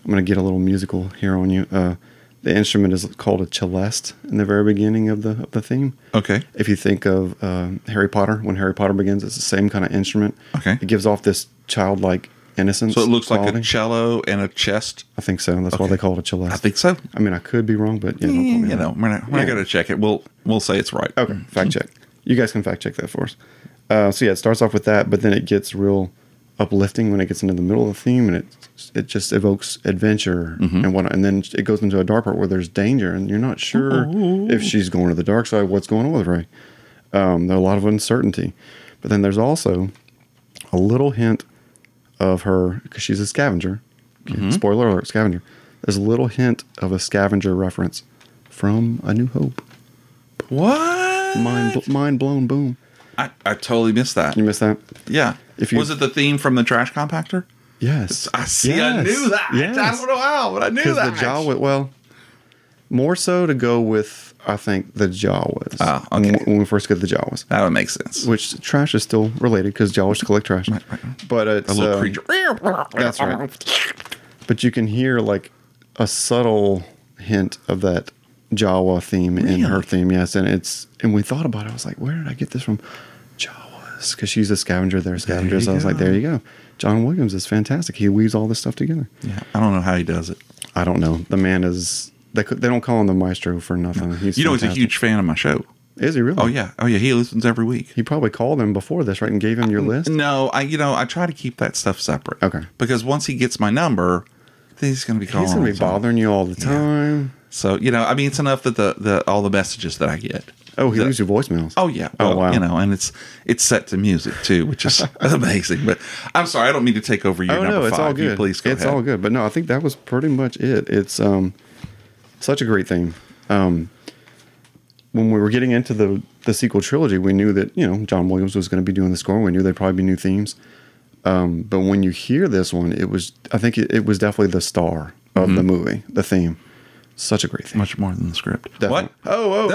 C: I'm going to get a little musical here on you. Uh, the instrument is called a celeste in the very beginning of the of the theme.
A: Okay.
C: If you think of um Harry Potter, when Harry Potter begins, it's the same kind of instrument.
A: Okay.
C: It gives off this childlike innocence.
A: So it looks like a
C: quality.
A: cello and a chest.
C: I think so. That's why they call it a celeste.
A: I think so. Eh,
C: I mean, I could be wrong, but yeah, don't quote me
A: you
C: on
A: know,
C: that.
A: we're not, we're
C: Yeah.
A: not going to check it. We'll we'll say it's right.
C: Okay, fact check. You guys can fact check that for us. Uh, so yeah, it starts off with that, but then it gets real uplifting when it gets into the middle of the theme, and it it just evokes adventure and whatnot. And then it goes into a dark part where there's danger, and you're not sure if she's going to the dark side. What's going on with Ray? Um, there's a lot of uncertainty, but then there's also a little hint of her because she's a scavenger. Okay, Spoiler alert: scavenger. There's a little hint of a scavenger reference from A New Hope.
A: What?
C: Mind bl- mind blown. Boom.
A: I, I totally missed that.
C: You missed that?
A: Yeah.
C: If you-
A: was it the theme from the trash compactor?
C: Yes.
A: I see. I
C: Yes.
A: knew that.
C: Yes.
A: I don't know how, but I knew
C: Because the
A: that.
C: Jawa, well, more so to go with, I think, the Jawas.
A: Ah,
C: When-
A: okay.
C: When, we first get the Jawas,
A: that would make sense.
C: which trash is still related because Jawas collect trash. But it's
A: a little
C: um,
A: creature.
C: That's right. But you can hear like a subtle hint of that Jawa theme in her
A: Really?
C: theme. Yes, and it's and we thought about it. I was like, where did I get this from? Jawas, because she's a scavenger. They're scavengers.
A: you
C: I was like,
A: go.
C: there you go. John Williams is fantastic. He weaves all this stuff together.
A: Yeah, I don't know how he does it.
C: I don't know. The man is. They, could, they don't call him the maestro for nothing. He's
A: You know, he's a
C: fantastic.
A: huge fan of my show.
C: Is he really?
A: Oh yeah, oh yeah, he listens every week.
C: He probably called him before this, right, and gave him your
A: Mm,
C: list.
A: No, I you know I try to keep that stuff separate.
C: Okay.
A: Because once he gets my number, then he's going to be calling.
C: He's gonna
A: all
C: be
A: the time.
C: bothering you all the time.
A: So you know, I mean, it's enough that the, the all the messages that I get.
C: Oh, he
A: The-
C: leaves you voicemails.
A: Oh yeah.
C: Oh,
A: Well,
C: wow.
A: You know, and it's it's set to music too, which is amazing. But I'm sorry, I don't mean to take over your
C: oh
A: number
C: no, it's
A: five.
C: all
A: You
C: good.
A: please go
C: it's
A: ahead.
C: all good. But no, I think that was pretty much it. It's um, such a great thing. Um, when we were getting into the the sequel trilogy, we knew that you know John Williams was going to be doing the score. We knew there'd probably be new themes. Um, but when you hear this one, it was I think it, it was definitely the star of the movie, the theme. Such a great theme.
A: Mm-hmm. Much more than the script.
C: Definitely.
A: What?
C: Oh, oh, oh.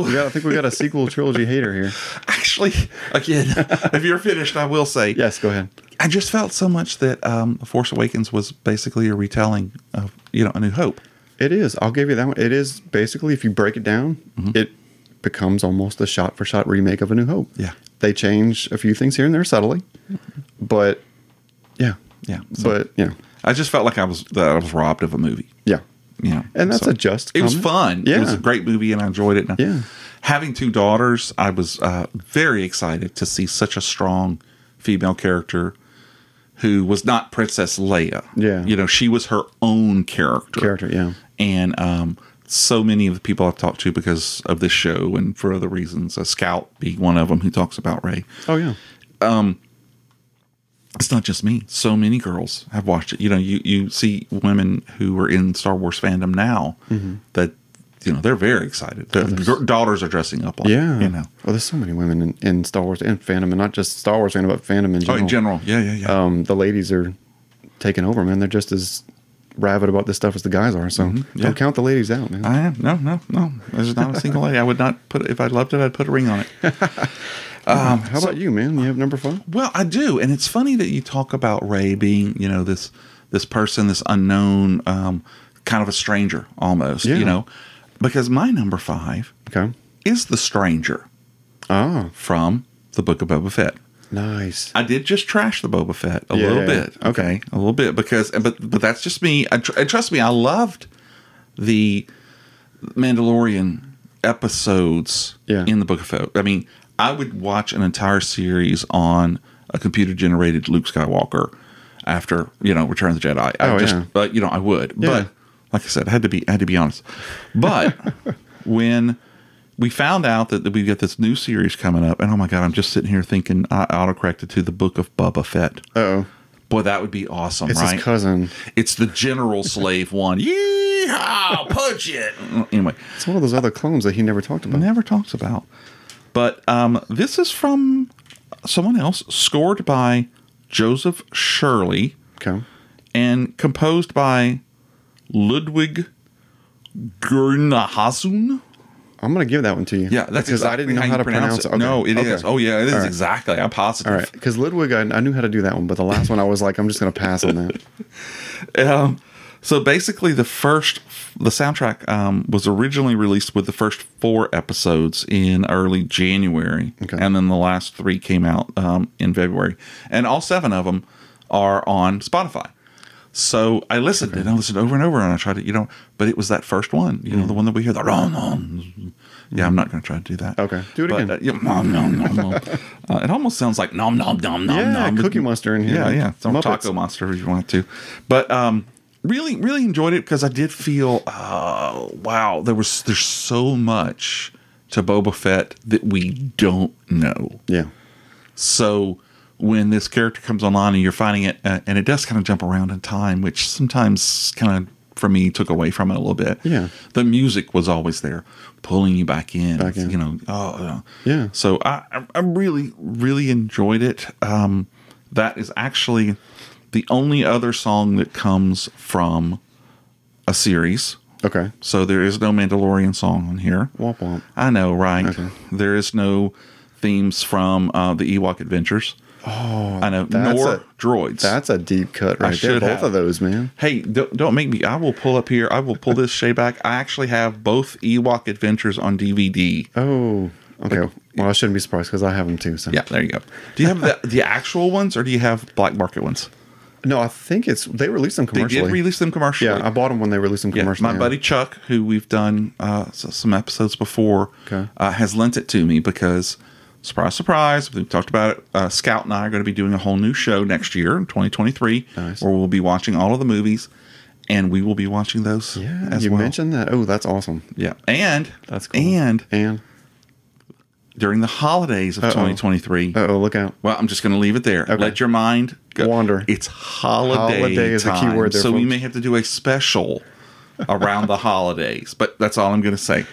A: No.
C: We got- I think we got a sequel trilogy hater here.
A: Actually, again, if you're finished, I will say
C: Yes, go ahead.
A: I just felt so much that um, Force Awakens was basically a retelling of you know A New Hope.
C: It is. I'll give you that one. It is basically, if you break it down,
A: Mm-hmm.
C: it becomes almost a shot for shot remake of A New Hope.
A: Yeah.
C: They change a few things here and there subtly, but yeah.
A: Yeah.
C: but yeah.
A: I just felt like I was that I was robbed of a movie.
C: Yeah.
A: You know,
C: And that's a just
A: It was
C: comment.
A: fun. It was
C: Yeah.
A: a great movie, and I enjoyed it. And
C: Yeah.
A: Having two daughters, I was uh, very excited to see such a strong female character who was not Princess Leia.
C: Yeah.
A: You know, she was her own character.
C: Character, yeah.
A: And um, so many of the people I've talked to because of this show and for other reasons, a scout being one of them who talks about Ray.
C: Oh yeah.
A: It's not just me. So many girls have watched it. You know, you, you see women who are in Star Wars fandom now that, you know, they're very excited. Their gir- daughters are dressing up like,
C: Yeah.
A: you know,
C: Well, there's so many women in, in Star Wars and fandom, and not just Star Wars fandom, but fandom in
A: oh,
C: general.
A: in general. Yeah, yeah, yeah.
C: Um, the ladies are taking over, man. They're just as rabid about this stuff as the guys are. So
A: Mm-hmm. yeah. Uh,
C: don't count the ladies out, man.
A: I am. No, no, no. There's not a single lady. I would not put, if I loved it, I'd put a ring on it.
C: How about you, man? You have number five?
A: Well, I do, and it's funny that you talk about Ray being, you know, this this person, this unknown, um, kind of a stranger almost,
C: Yeah.
A: you know, because my number five
C: Okay.
A: is the stranger
C: Oh,
A: from the Book of Boba Fett.
C: nice.
A: I did just trash the Boba Fett a
C: Yeah,
A: little
C: yeah,
A: bit,
C: yeah.
A: okay, a little bit because, but but that's just me. I tr- and trust me, I loved the Mandalorian episodes
C: Yeah.
A: in the Book of Fett. I mean, I would watch an entire series on a computer generated Luke Skywalker after you know Return of the Jedi. I
C: Oh,
A: just,
C: yeah.
A: but you know, I would.
C: Yeah.
A: But like I said, I had to be I had to be honest. But when we found out that, that we've got this new series coming up, and oh my god, I'm just sitting here thinking I autocorrected to the Book of Bubba Fett.
C: Oh,
A: Boy, that would be awesome,
C: it's
A: right?
C: his cousin.
A: It's the General Slave one. Yeehaw! Punch it.
C: Uh,
A: Anyway,
C: It's one of those other clones that he never talked about.
A: never talks about. But um, this is from someone else, scored by Joseph Shirley
C: Okay.
A: and composed by Ludwig Gurnahasun.
C: I'm gonna give that one to you.
A: Yeah, that's
C: because I
A: exactly
C: didn't know
A: you
C: how to pronounce, it. Okay.
A: No, it is.
C: Okay.
A: Oh yeah, it is
C: All right.
A: exactly. I'm positive.
C: All right, because Ludwig, I, I knew how to do that one, but the last one, I was like, I'm just gonna pass on that.
A: Um, so basically, the first the soundtrack um, was originally released with the first four episodes in early January,
C: Okay.
A: and then the last three came out um, in February, and all seven of them are on Spotify. So I listened and I listened over and over, and I tried to, you know, but it was that first one, you
C: Mm.
A: know, the one that we hear, the ron ron. Yeah, I'm not going to try to do that.
C: Okay. Do it
A: But,
C: again.
A: uh, yeah, nom, nom, nom, nom. Uh, it almost sounds like nom nom nom nom.
C: Yeah,
A: nom.
C: Cookie Monster in here,
A: Yeah,
C: like
A: yeah. Some
C: Muppets.
A: taco monster if you want to. But um, really, really enjoyed it because I did feel, uh, wow, there was there's so much to Boba Fett that we don't know.
C: Yeah,
A: So when this character comes online and you're finding it, uh, and it does kind of jump around in time, which sometimes kind of for me took away from it a little bit.
C: Yeah.
A: the music was always there, pulling you back in.
C: Back in.
A: You know, oh yeah.
C: Yeah.
A: So I, I- I really, really enjoyed it. Um, that is actually the only other song that comes from a series.
C: okay.
A: So there is no Mandalorian song on here.
C: Womp womp.
A: I know, right? There is no themes from uh, the Ewok Adventures. Oh, I know.
C: that's
A: nor
C: a-
A: droid. droids.
C: That's a deep cut right there.
A: should
C: Both
A: have.
C: of those, man.
A: hey, don't, don't make me. I will pull up here. I will pull this Shay back. I actually have both Ewok Adventures on DVD.
C: Oh, okay. Well, I shouldn't be surprised because I have them too. So
A: Yeah, there you go. Do you have the, the actual ones or do you have black market ones?
C: No, I think it's they released them
A: They
C: commercially.
A: did release them commercially.
C: yeah, I bought them when they released them
A: Yeah,
C: commercially.
A: my
C: yeah.
A: buddy Chuck, who we've done uh, s- some episodes before,
C: Okay.
A: uh, has lent it to me because, surprise, surprise, we've talked about it. Uh, Scout and I are going to be doing a whole new show next year in 2023
C: Nice.
A: where we'll be watching all of the movies and we will be watching those
C: Yeah,
A: as
C: you
A: well.
C: mentioned that. Oh, that's awesome.
A: Yeah. And,
C: That's cool.
A: and
C: And
A: during the holidays of 2023,
C: uh oh, look out.
A: well, I'm just going to leave it there. Let your mind go.
C: Wander.
A: It's holiday.
C: Holiday is the key
A: time,
C: word there,
A: So we
C: folks.
A: may have to do a special around the holidays, but that's all I'm going to say.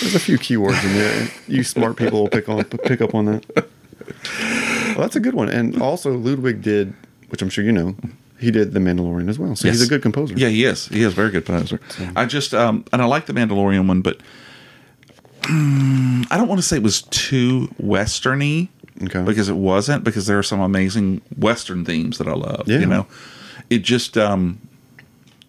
C: There's a few keywords in there. You smart people will pick on pick up on that. Well, that's a good one. And also Ludwig did, which I'm sure you know, he did The Mandalorian as well. So he's
A: Yes.
C: a good composer.
A: Yeah, he is. He is a very good composer. I just um, and I like the Mandalorian one, but mm, I don't want to say it was too westerny
C: Okay.
A: because it wasn't. Because there are some amazing western themes that I love.
C: Yeah.
A: You know, it just um,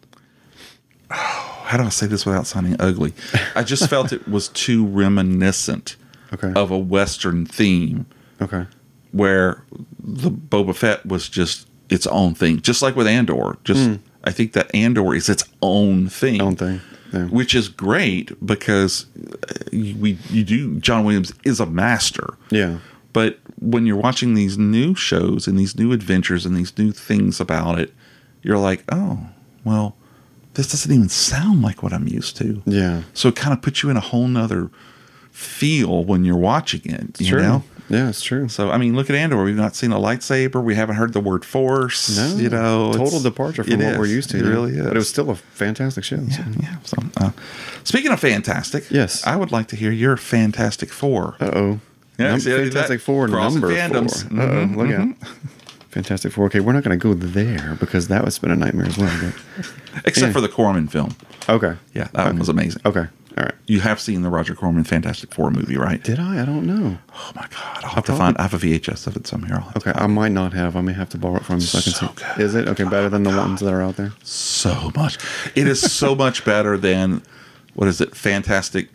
A: how do I say this without sounding ugly? I just felt it was too reminiscent
C: Okay.
A: of a western theme
C: Okay.
A: where the Boba Fett was just its own thing, just like with Andor. Just I think that Andor is its own thing,
C: Hmm. Own thing, yeah.
A: which is great because uh, we you do John Williams is a master,
C: Yeah.
A: But when you're watching these new shows and these new adventures and these new things about it, you're like, oh, well, this doesn't even sound like what I'm used to.
C: Yeah.
A: So it kind of puts you in a whole nother feel when you're watching it, you
C: True.
A: know?
C: Yeah, it's true.
A: So I mean, look at Andor. We've not seen a lightsaber. We haven't heard the word force.
C: No,
A: you know,
C: total
A: it's-
C: departure
A: it
C: from what
A: is.
C: we're used to.
A: It
C: yeah.
A: really is.
C: but it was still a fantastic show. so-
A: Yeah, yeah. So, uh, speaking of fantastic,
C: Yes.
A: I would like to hear your Fantastic Four.
C: Uh oh.
A: Yeah, see, I did
C: Fantastic
A: that.
C: Four
A: Crossing
C: number
A: fandoms. Mm-hmm,
C: four. Uh-oh, look out. Fantastic Four. Okay, we're not going to go there because that was been a nightmare as well.
A: Except
C: yeah.
A: for the Corman film.
C: But, okay.
A: Yeah, that one was amazing.
C: Okay. All right.
A: You have seen the Roger Corman Fantastic Four movie, right?
C: Did I? I don't know.
A: Oh my God! I'll have to
C: probably-
A: find. I have a VHS of it somewhere. I'll have to
C: Okay, I might not have. I may have to borrow it from you so I can
A: So
C: see.
A: good.
C: Is it okay? Better than the ones that are out there.
A: so much. It is so much better than what is it? Fantastic,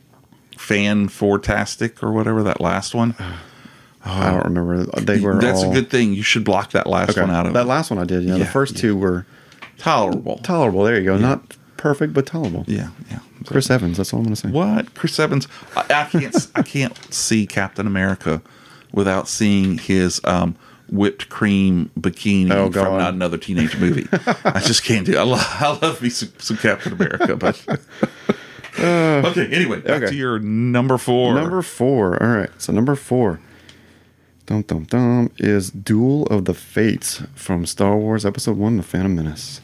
A: fan fourtastic or whatever that last one.
C: I don't remember. They were.
A: That's
C: all-
A: a good thing. You should block that last
C: Okay.
A: one out of
C: that
A: it.
C: last one I did. Yeah,
A: Yeah,
C: the first
A: yeah.
C: two were
A: tolerable.
C: tolerable. There you go. Not perfect, but tolerable.
A: yeah, yeah. So-
C: Chris Evans. That's all I'm going to say.
A: What Chris Evans? I, I can't. I can't see Captain America without seeing his um, whipped cream bikini
C: Oh,
A: from
C: God.
A: not another teenage movie. I just can't do. I, lo- I love me some, some Captain America, but okay. Anyway, back
C: Uh, okay.
A: to your number four.
C: Number four. All right. So number four. Dum dum dum is Duel of the Fates from Star Wars Episode One: The Phantom Menace.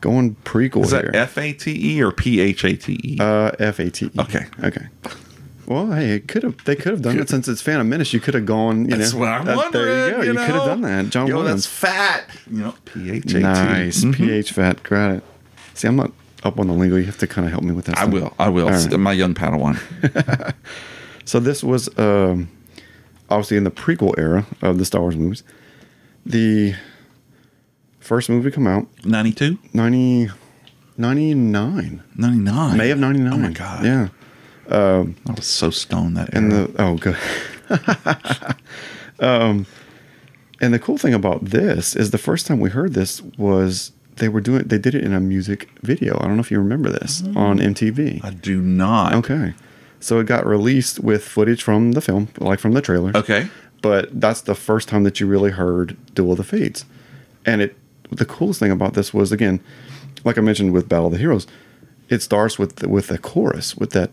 C: Going prequel
A: Uh-huh. is
C: here.
A: that F A T E or P H A T E?
C: uh, F A T E.
A: Okay.
C: Okay. Well, hey, it could have. They could have done it since it's Phantom Menace. You could have gone. You
A: That's
C: know,
A: what I'm
C: that-
A: wondering.
C: There you go. You, could have
A: know?
C: done that, John
A: Yo,
C: Williams.
A: that's fat. You know, P H A T. E. Mm-hmm.
C: Nice. PH fat. Got it. See, I'm not up on the lingo. You have to kind of help me with that.
A: I
C: stuff.
A: will. I will.
C: All right.
A: My young Padawan.
C: So this was um, obviously in the prequel era of the Star Wars movies. The first movie come out
A: 92?
C: 90, 99.
A: 99.
C: May of 99.
A: Oh my God.
C: Yeah.
A: I was so stoned that
C: And
A: era.
C: the oh good. um and the cool thing about this is the first time we heard this was they were doing they did it in a music video. I don't know if you remember this on MTV.
A: Mm-hmm. I do not.
C: Okay. So it got released with footage from the film, like from the trailer.
A: Okay.
C: But that's the first time that you really heard Duel of the Fates. And it the coolest thing about this was again, like I mentioned with Battle of the Heroes, it starts with with a chorus with that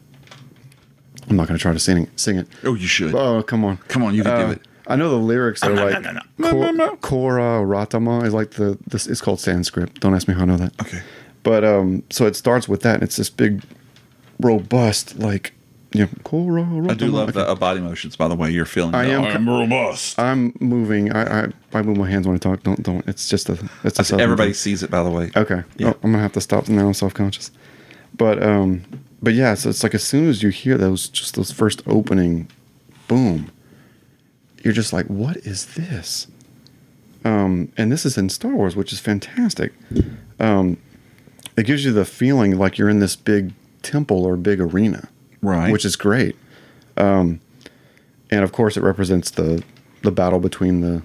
C: I'm not gonna try to sing it sing it.
A: Oh, you should.
C: Oh come on. Uh,
A: Come on, you can do it.
C: I know the lyrics are
A: No, no,
C: like
A: no, no, no. No, no, no.
C: Kor- Kora Ratama is like the this it's called Sanskrit. Don't ask me how I know that.
A: okay.
C: But um, so it starts with that, and it's this big, robust, like, you know, cool,
A: I do love the uh, body motions, by the way. You're feeling
C: I
A: the,
C: am-
A: I'm robust.
C: I'm moving. I, I I move my hands when I talk. Don't don't. It's just a. It's a. southern
A: Everybody
C: thing.
A: sees it, by the way.
C: Okay.
A: Yeah.
C: Oh, I'm gonna have to stop now. I'm self conscious. But um, but yeah. So it's like as soon as you hear those, just those first opening, boom. You're just like, what is this? Um, and this is in Star Wars, which is fantastic. Um, it gives you the feeling like you're in this big temple or big arena,
A: Right.
C: Which is great. Um, and of course, it represents the the battle between the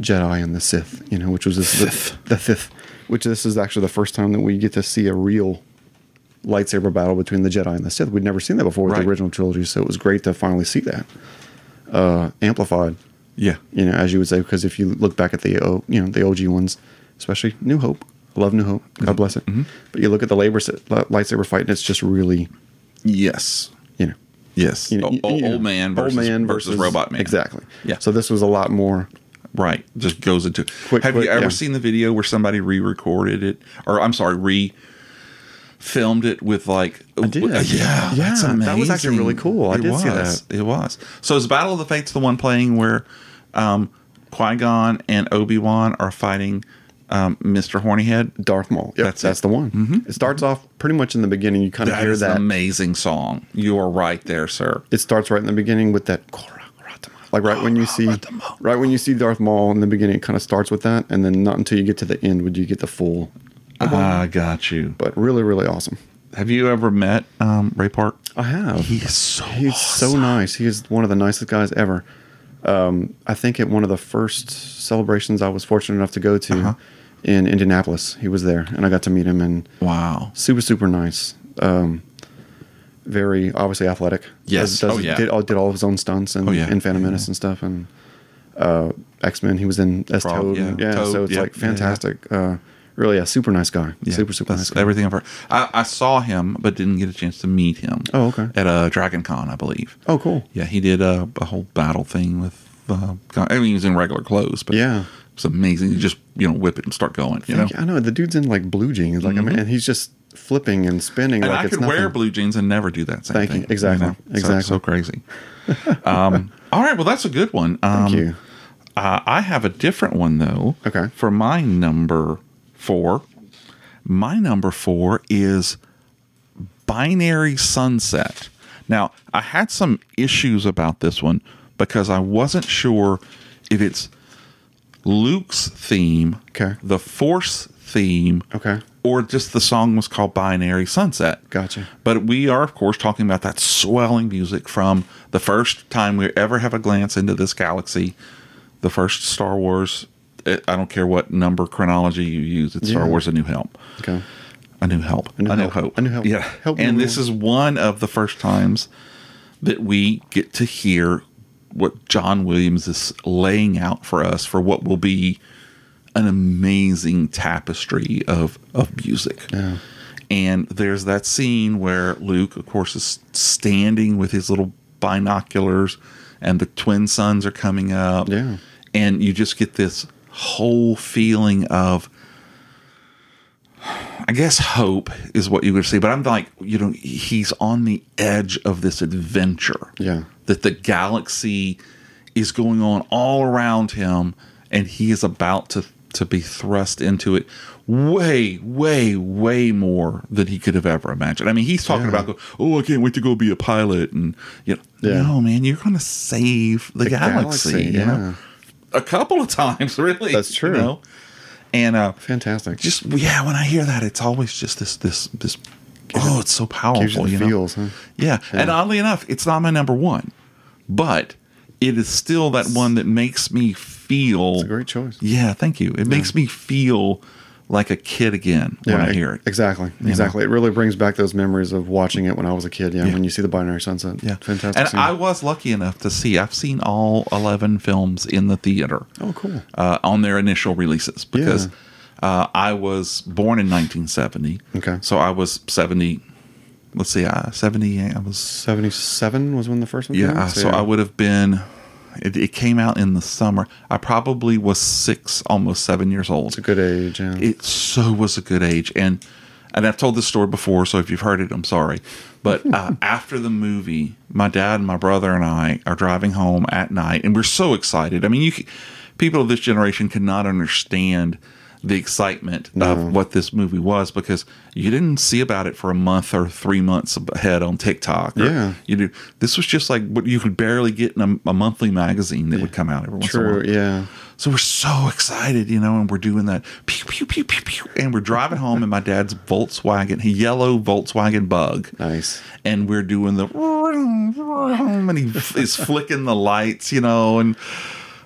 C: Jedi and the Sith, you know, which was this, the, the fifth, which this is actually the first time that we get to see a real lightsaber battle between the Jedi and the Sith. We'd never seen that before with
A: Right.
C: the original trilogy, so it was great to finally see that uh, amplified,
A: Yeah.
C: you know, as you would say, because if you look back at the O- you know the OG ones, especially New Hope, I love New Hope, God
A: Mm-hmm.
C: bless it. But you look at the labor si- li- lightsaber fight, and it's just really,
A: Yes.
C: you know.
A: Yes.
C: You know,
A: O-
C: you-
A: o-
C: you know,
A: old man versus, versus, robot man.
C: Exactly.
A: Yeah.
C: So this was a lot more.
A: Right. Just goes into.
C: Quick,
A: Have
C: quick,
A: you ever
C: yeah.
A: seen the video where somebody re-recorded it, or I'm sorry, re filmed it with like? I
C: did.
A: Yeah, yeah.
C: Yeah,
A: That's amazing.
C: that was actually really cool. I
A: it
C: did
A: was.
C: see
A: It was. So is Battle of the Fates the one playing where um, Qui Gon and Obi Wan are fighting um, Mr. Hornyhead?
C: Darth Maul. Yep,
A: That's
C: that's,
A: it.
C: the one. It starts off pretty much in the beginning. You kind of
A: Mm-hmm. That
C: hear
A: is
C: that.
A: an amazing song. You are right there, sir.
C: it starts right in the beginning with that Korra, Ratama. like right
A: Oh,
C: when you see
A: Ratama.
C: right when you see Darth Maul in the beginning. It kind of starts with that, and then not until you get to the end would you get the full.
A: I got you.
C: But really, really awesome.
A: Have you ever met um, Ray Park?
C: I have.
A: He is so
C: He's so
A: awesome.
C: nice. He is one of the nicest guys ever. Um, I think at one of the first celebrations I was fortunate enough to go to
A: Uh-huh.
C: in Indianapolis, he was there, and I got to meet him. And
A: Wow.
C: super super nice um very obviously athletic.
A: Yes.
C: Does-
A: Oh, yeah.
C: Did all, did all of his own stunts and
A: Oh, yeah.
C: and Phantom Menace and stuff and uh, X Men. He was in as
A: Frog,
C: Toad.
A: yeah.
C: and- Yeah.
A: Toad,
C: so it's
A: yeah,
C: like
A: yeah, yeah.
C: fantastic. Uh, really, a super nice guy.
A: Yeah,
C: super super nice
A: that's
C: guy.
A: everything I've heard. I, I saw him, but didn't get a chance to meet him.
C: Oh, okay.
A: At a Dragon Con, I believe.
C: oh, cool.
A: Yeah, he did a, a whole battle thing with. Uh, Con- I mean, he was in regular clothes, but
C: Yeah.
A: it's amazing. You just you know whip it and start going. You know, Mm-hmm.
C: Thank- I know the dude's in like blue jeans, like I mean, and he's just flipping and spinning
A: and
C: like
A: I
C: it's
A: could
C: nothing.
A: wear blue jeans and never do that same
C: Thank you.
A: thing.
C: Exactly.
A: So-
C: Exactly.
A: So, crazy. Um, all right. Well, that's a good one. Um,
C: Thank you.
A: Uh, I have a different one though.
C: Okay.
A: For my number four, my number four is binary sunset. Now, I had some issues about this one because I wasn't sure if it's Luke's theme,
C: Okay.
A: the Force theme,
C: Okay.
A: or just the song was called Binary Sunset.
C: Gotcha.
A: But we are, of course, talking about that swelling music from the first time we ever have a glance into this galaxy, the first Star Wars. I I don't care what number chronology you use, it's Star
C: Yeah.
A: Wars A New Help.
C: Okay.
A: A New Help. A
C: New
A: New
C: Hope.
A: Hope.
C: A New Hope.
A: Yeah.
C: Help
A: and
C: me,
A: this
C: Lord.
A: is one of the first times that we get to hear what John Williams is laying out for us for what will be an amazing tapestry of of music.
C: Yeah.
A: And there's that scene where Luke, of course, is standing with his little binoculars, and the twin sons are coming up.
C: Yeah.
A: And you just get this whole feeling of, I guess, hope is what you would say. But I'm like, you know, he's on the edge of this adventure
C: Yeah.
A: that the galaxy is going on all around him and he is about to to be thrust into it way way way more than he could have ever imagined i mean he's talking
C: Yeah.
A: about oh i can't wait to go be a pilot and you know
C: Yeah.
A: no man you're gonna save the, galaxy,
C: galaxy,
A: you know
C: yeah.
A: a couple of times really
C: That's
A: you
C: true.
A: know? and uh
C: Fantastic.
A: just yeah when i hear that it's always just this this this oh it's so powerful
C: gives you the
A: you know?
C: feels, huh?
A: Yeah. And oddly enough, it's not my number one, but it is still that one that makes me feel.
C: It's a great choice.
A: Yeah. Thank you. It makes me feel like a kid again when I
C: e-
A: hear it.
C: Exactly. Exactly. It really brings back those memories of watching it when I was a kid. Yeah. When you see the binary sunset.
A: Yeah.
C: Fantastic.
A: And
C: scene.
A: I was lucky enough to see, I've seen all 11 films in the theater.
C: oh, cool.
A: uh, on their initial releases because
C: Yeah.
A: uh, I was born in 1970.
C: Okay.
A: So I was 70. Let's see, I 70. I was
C: 77 was when the first one
A: yeah.
C: came out?
A: I- so I would have been. It, it came out in the summer. I probably was six, almost seven years old
C: It's a good age. Yeah.
A: it so was a good age and and I've told this story before, so if you've heard it, I'm sorry. But uh, after the movie, my dad and my brother and I are driving home at night, and we're so excited. I mean, you c- people of this generation cannot understand the excitement of what this movie was because you didn't see about it for a month or three months ahead on TikTok. or-
C: Yeah.
A: you do. This was just like what you could barely get in a, a monthly magazine that would come out every once in a
C: True.
A: while.
C: Yeah.
A: So we're so excited, you know, and we're doing that pew pew pew pew pew, and we're driving home in my dad's Volkswagen, yellow Volkswagen Bug,
C: Nice.
A: and we're doing the vroom, vroom, and he is flicking the lights, you know, and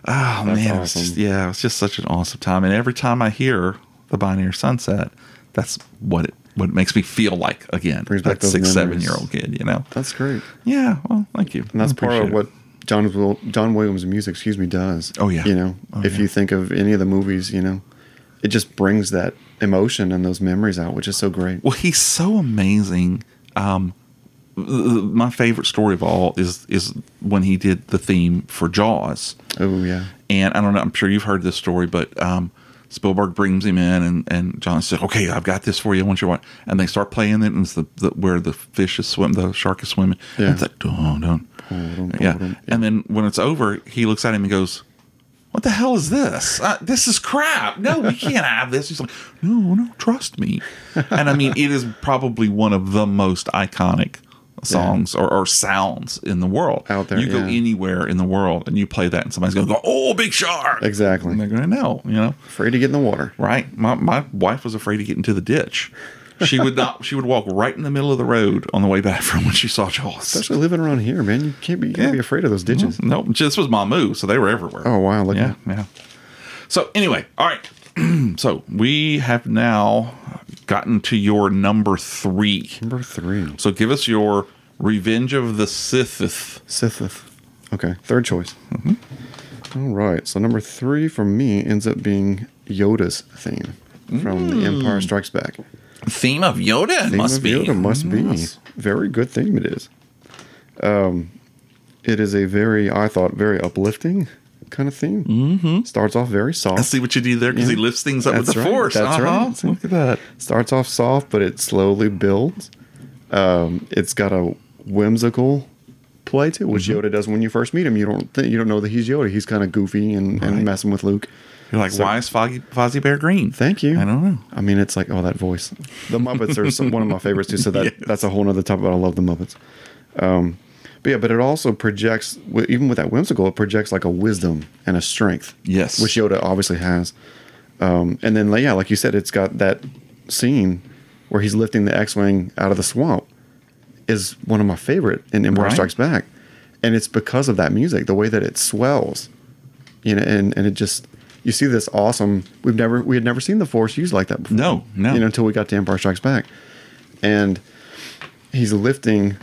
A: oh man, it was
C: awesome.
A: just, yeah, it's just such an awesome time. And every time I hear the Binary Sunset, that's what it what it makes me feel like again.
C: Brings back
A: that
C: those
A: six seven
C: memories.
A: year old kid, you know.
C: That's great.
A: Yeah, well, thank you.
C: And that's
A: I
C: part of
A: appreciate it.
C: what John Wil- John Williams' music, excuse me, does.
A: Oh, yeah.
C: You know,
A: Oh,
C: if
A: yeah.
C: you think of any of the movies, you know, it just brings that emotion and those memories out, which is so great.
A: Well, he's so amazing. Um, th- th- my favorite story of all is is when he did the theme for Jaws,
C: Oh yeah.
A: and I don't know. I'm sure you've heard this story, but um, Spielberg brings him in, and, and John says, "Okay, I've got this for you. I want you to watch." And they start playing it, and it's the, the where the fish is swimming, the shark is swimming.
C: Yeah.
A: And it's like, dun, dun.
C: dun,
A: yeah.
C: dun, yeah.
A: And then when it's over, he looks at him and goes. What the hell is this? Uh, this is crap. No, we can't have this. He's like, no, no, trust me. And I mean, it is probably one of the most iconic songs or, or sounds in the world.
C: Out there,
A: you go
C: yeah.
A: anywhere in the world and you play that, and somebody's going to go, "Oh, big shark!"
C: Exactly.
A: And they're going to know, you know,
C: Afraid to get in the water.
A: right? My my wife was afraid to get into the ditch. She would not. she would walk right in the middle of the road on the way back from when she saw Jaws.
C: Especially living around here, man. You can't be you
A: Yeah. Mm-hmm.
C: can't be afraid of those ditches.
A: Nope. This was my move, so they were everywhere.
C: Oh wow, look
A: yeah,
C: at
A: yeah. So anyway, all right. so we have now gotten to your number three.
C: number three.
A: So give us your Revenge of the Sith.
C: Sithith. Okay, third choice.
A: Mm-hmm.
C: All right, so number three for me ends up being Yoda's theme from The Empire Strikes Back.
A: Theme of Yoda it
C: Theme
A: Mm. must
C: of
A: be. Mm,
C: Yoda must be. Very good theme it is. Um, it is a very, I thought, very uplifting kind of theme. Mm-hmm. Starts off very soft.
A: I see what you do there because he
C: Yeah.
A: lifts things up with
C: That's
A: the
C: right,
A: force.
C: that's
A: uh-huh.
C: right.
A: Look at that.
C: starts off soft, but it slowly builds. Um, it's got a whimsical play to it, which Yoda does when you first meet him. You don't think you don't know that he's Yoda. He's kind of goofy and, and messing with Luke.
A: You're like,
C: So-
A: why is Foggy, Fozzie Bear green?
C: Um, Thank you.
A: I don't know.
C: I mean, it's like oh that voice. The Muppets are some, one of my favorites too. So that
A: Yes.
C: that's a whole nother topic. But I love the Muppets. Um, but yeah, but it also projects wi- even with that whimsical, it projects like a wisdom and a strength.
A: Yes.
C: which Yoda obviously has. Um, and then like, yeah, like you said, it's got that scene where he's lifting the X-wing out of the swamp is one of my favorite in Empire
A: Right.
C: Strikes Back, and it's because of that music, the way that it swells, you know, and and it just you see this awesome. We've never we had never seen the Force used like that before.
A: No, no.
C: you know, until we got to Empire Strikes Back, and he's lifting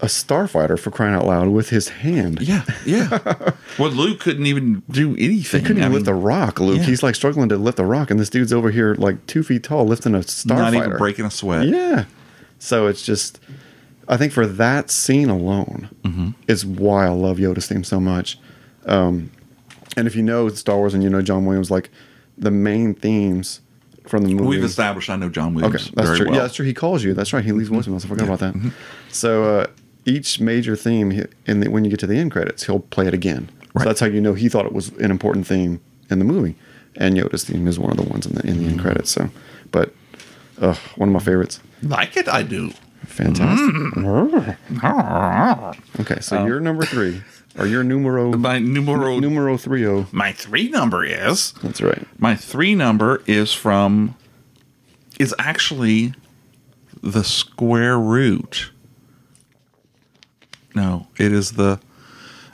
C: a starfighter for crying out loud with his hand.
A: Yeah, yeah. well, Luke couldn't even do anything.
C: He couldn't
A: I
C: even
A: mean,
C: lift a rock, Luke.
A: yeah.
C: He's like struggling to lift a rock, and this dude's over here like two feet tall lifting a starfighter.
A: Not even breaking a sweat.
C: Yeah. So it's just, I think for that scene alone,
A: Mm-hmm.
C: is why I love Yoda's theme so much. Um, and if you know Star Wars and you know John Williams, like the main themes from the movie.
A: We've established I know John
C: Okay,
A: Williams
C: that's
A: very
C: true.
A: well. Mm-hmm.
C: Yeah, that's true. He calls you. That's right. He leaves voicemails. I forgot about that. So uh, each major theme, he- in the, when you get to the end credits, he'll play it again.
A: Right.
C: So that's how you know he thought it was an important theme in the movie. And Yoda's theme is one of the ones in the in the
A: Mm-hmm.
C: end credits. So, but uh, one of my favorites.
A: Like it, I do.
C: Fantastic.
A: Mm.
C: Ah. Okay, so
A: Um,
C: your number three, or your numero
A: My numero,
C: numero three oh.
A: my three number is
C: That's right.
A: my three number is from is actually the square root. No, it is the.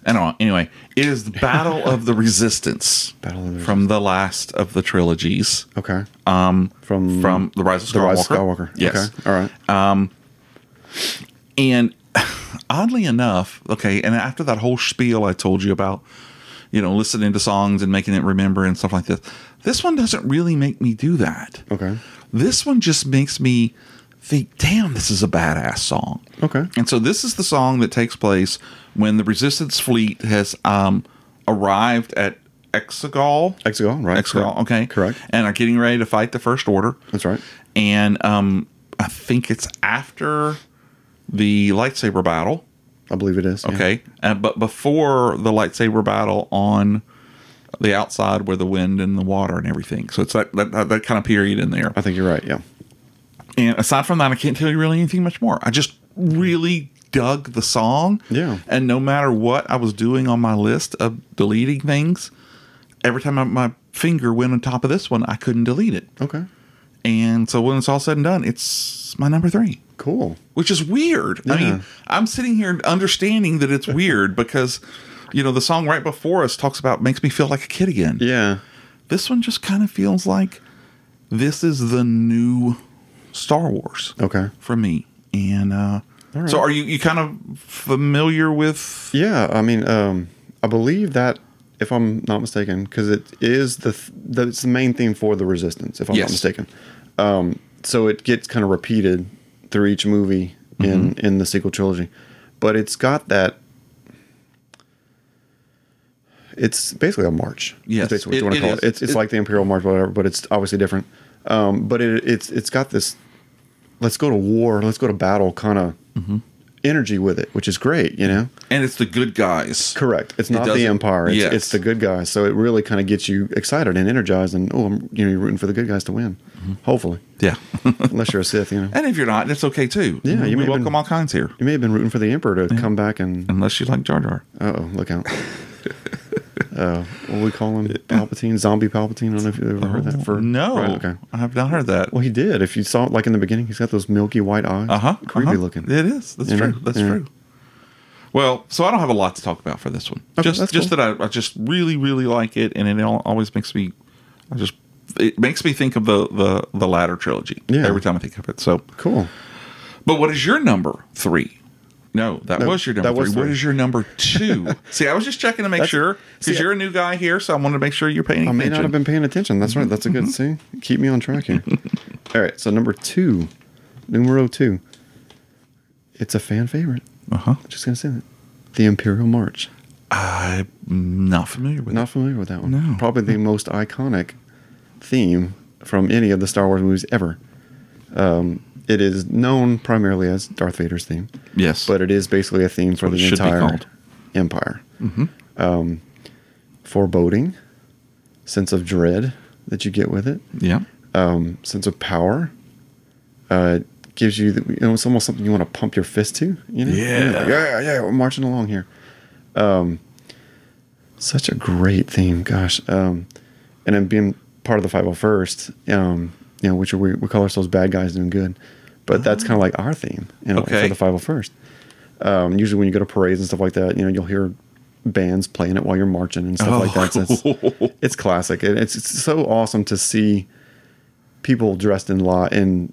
A: I don't know. Anyway, it is the Battle of the Resistance
C: Battle of the
A: from the last of the trilogies.
C: Okay. Um, from
A: from The Rise of Skywalker.
C: the Rise of Skywalker.
A: Yes.
C: Okay. All right.
A: And oddly enough, okay, and after that whole spiel I told you about, you know, listening to songs and making it remember and stuff like this, this one doesn't really make me do that.
C: okay.
A: This one just makes me think, damn, this is a badass song.
C: Okay.
A: And so this is the song that takes place when the Resistance fleet has um, arrived at Exegol.
C: Exegol. Right.
A: Exegol,
C: Correct.
A: okay.
C: Correct.
A: And are getting ready to fight the First Order.
C: That's right.
A: And um, I think it's after the lightsaber battle.
C: I believe it is. yeah.
A: Okay. Uh, but before the lightsaber battle on the outside where the wind and the water and everything. So it's that, that, that kind of period in there.
C: I think you're right. Yeah.
A: And aside from that, I can't tell you really anything much more. I just really dug the song.
C: Yeah.
A: And no matter what I was doing on my list of deleting things, every time I, my finger went on top of this one, I couldn't delete it.
C: Okay.
A: And so when it's all said and done, it's my number three,
C: Cool.
A: which is weird. I
C: Yeah.
A: mean, I'm sitting here understanding that it's weird because, you know, the song right before us talks about makes me feel like a kid again.
C: Yeah.
A: This one just kind of feels like this is the new Star Wars
C: Okay.
A: for me. And uh,
C: All right.
A: so are you, you kind of familiar with?
C: Yeah. I mean, um, I believe that if I'm not mistaken, because it is the th- that's the main theme for the Resistance, if I'm
A: Yes.
C: not mistaken. Um, so it gets kind of repeated through each movie in
A: Mm-hmm.
C: in the sequel trilogy, but it's got that. It's basically a march. is
A: Yes.
C: basically what
A: It-
C: you want
A: it
C: to call
A: is.
C: it. It's, it's
A: It-
C: like the Imperial March, whatever, but it's obviously different. Um, but it, it's it's got this let's go to war, let's go to battle kind of
A: Mm-hmm.
C: energy with it, which is great, you know?
A: And it's the good guys.
C: Correct. It's not
A: doesn't-
C: the Empire, it's,
A: Yes.
C: it's the good guys. So it really kind of gets you excited and energized, and oh, I'm, you know, you're rooting for the good guys to win,
A: Mm-hmm.
C: hopefully,
A: Yeah.
C: unless you're a Sith, you know?
A: and if you're not, that's okay too.
C: Yeah, you
A: You
C: may have
A: welcome
C: been-
A: all kinds here.
C: You may have been rooting for the Emperor to come back and,
A: Unless you like Jar Jar.
C: uh oh, look out. Uh, what do we call him? Palpatine, zombie Palpatine. I don't know if you ever heard that. For
A: Oh, no,
C: Right, okay.
A: I have not heard that.
C: Well, he did. If you saw it, like in the beginning, he's got those milky white eyes.
A: Uh huh.
C: Creepy looking.
A: It is. That's
C: You know?
A: true. That's
C: Yeah.
A: true. Well, so I don't have a lot to talk about for this one.
C: Okay,
A: just
C: that's
A: just
C: cool.
A: that I, I just really really like it, and it al- always makes me, I just it makes me think of the the the latter trilogy
C: Yeah.
A: every time I think of it. So,
C: Cool.
A: but what is your number three? No, that
C: No,
A: was your number
C: that was
A: three. What
C: three.
A: is your number two? see, I was just checking to make
C: That's-
A: sure because
C: see,
A: you're a new guy here, so I wanted to make sure you're paying
C: I
A: attention. Mm-hmm.
C: may not have been paying attention. That's right. That's a good see. Keep me on track here. All right. So number two, numero two. It's a fan favorite.
A: Uh-huh.
C: I'm just gonna say that. The Imperial March.
A: I'm not familiar with
C: Not familiar with that one.
A: No.
C: Probably the most iconic theme from any of the Star Wars movies ever. Um, it is known primarily as Darth Vader's theme,
A: it. Yes,
C: but it is basically a theme for
A: what it
C: the
A: should be
C: entire
A: called. Mm-hmm.
C: empire. Um, foreboding, sense of dread that you get with it,
A: yeah,
C: um, sense of power. Uh, it gives you, the, you know, it's almost something you want to pump your fist to. You know,
A: Yeah.
C: Like, yeah, yeah. We're marching along here. Um, such a great theme, gosh. Um, and then being part of the 501st, um, you know, which we, we call ourselves bad guys doing good, but that's kind of like our theme, you know,
A: Uh-huh. Okay.
C: for the 501st. Um, usually when you go to parades and stuff like that, you know, you'll hear bands playing it while you're marching and stuff like that. So it's-
A: Oh.
C: it's classic. It, it's, it's so awesome to see people dressed in law in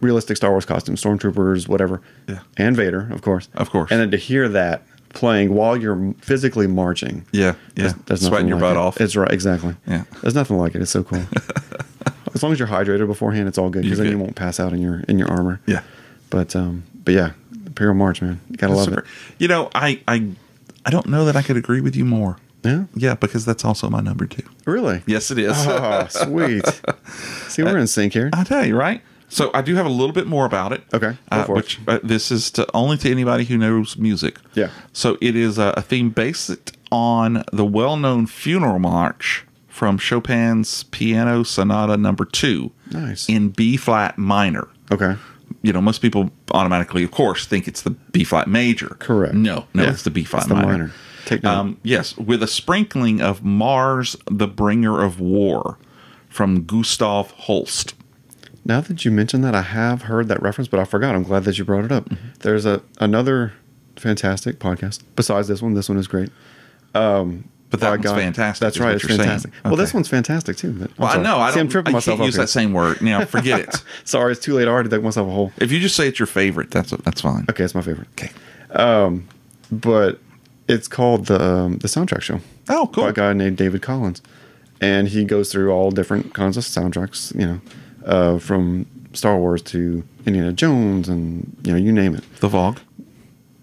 C: realistic Star Wars costumes, stormtroopers, whatever,
A: Yeah.
C: and Vader, of course,
A: Of course.
C: And then to hear that playing while you're physically marching,
A: yeah, yeah.
C: there's- there's nothing
A: Sweating your
C: like
A: butt
C: it.
A: off.
C: It's right, exactly.
A: Yeah.
C: there's nothing like it. It's so cool. as long as you're hydrated beforehand, it's all good
A: You're
C: because then you
A: good.
C: won't pass out in your in your armor.
A: Yeah.
C: but um, but yeah, Imperial March, man, You gotta love
A: Super-
C: it.
A: You know, I, I, I don't know that I could agree with you more.
C: Yeah,
A: Yeah, because that's also my number two.
C: really.
A: Yes, Uh, it is.
C: Oh, sweet. See, we're in sync here.
A: I tell you, right? So I do have a little bit more about it.
C: Okay, go
A: uh,
C: for it.
A: which uh, this is to only to anybody who knows music.
C: Yeah.
A: So it is a, a theme based on the well-known funeral march from Chopin's Piano Sonata Number Two,
C: Nice.
A: in B flat minor.
C: Okay.
A: You know, most people automatically, of course, think it's the B flat major.
C: Correct.
A: No, no,
C: Yeah.
A: it's the B flat
C: It's the
A: minor.
C: minor. Take note.
A: Um, yes, with a sprinkling of Mars, the Bringer of War, from Gustav Holst.
C: Now that you mention that, I have heard that reference, but I forgot. I'm glad that you brought it up.
A: Mm-hmm.
C: There's a another fantastic podcast besides this one. This one is great.
A: But that
C: By
A: one's
C: God-
A: fantastic.
C: That's
A: is
C: right.
A: what
C: It's
A: you're saying.
C: fantastic. Well, this
A: Okay.
C: one's fantastic too. but- I'm
A: Well, I
C: sorry.
A: know. I don't.
C: See, I'm tripping
A: I
C: myself
A: can't
C: up
A: use
C: here.
A: that same word. Now, forget it.
C: Sorry, it's too late. I already dug myself a hole.
A: If you just say it's your favorite, that's that's fine.
C: Okay, it's my favorite. Um,
A: Okay.
C: But it's called the um, the soundtrack show
A: Oh,
C: by
A: cool.
C: a guy named David Collins, and he goes through all different kinds of soundtracks. You know, uh, from Star Wars to Indiana Jones, and you know, you name it.
A: The Vogue,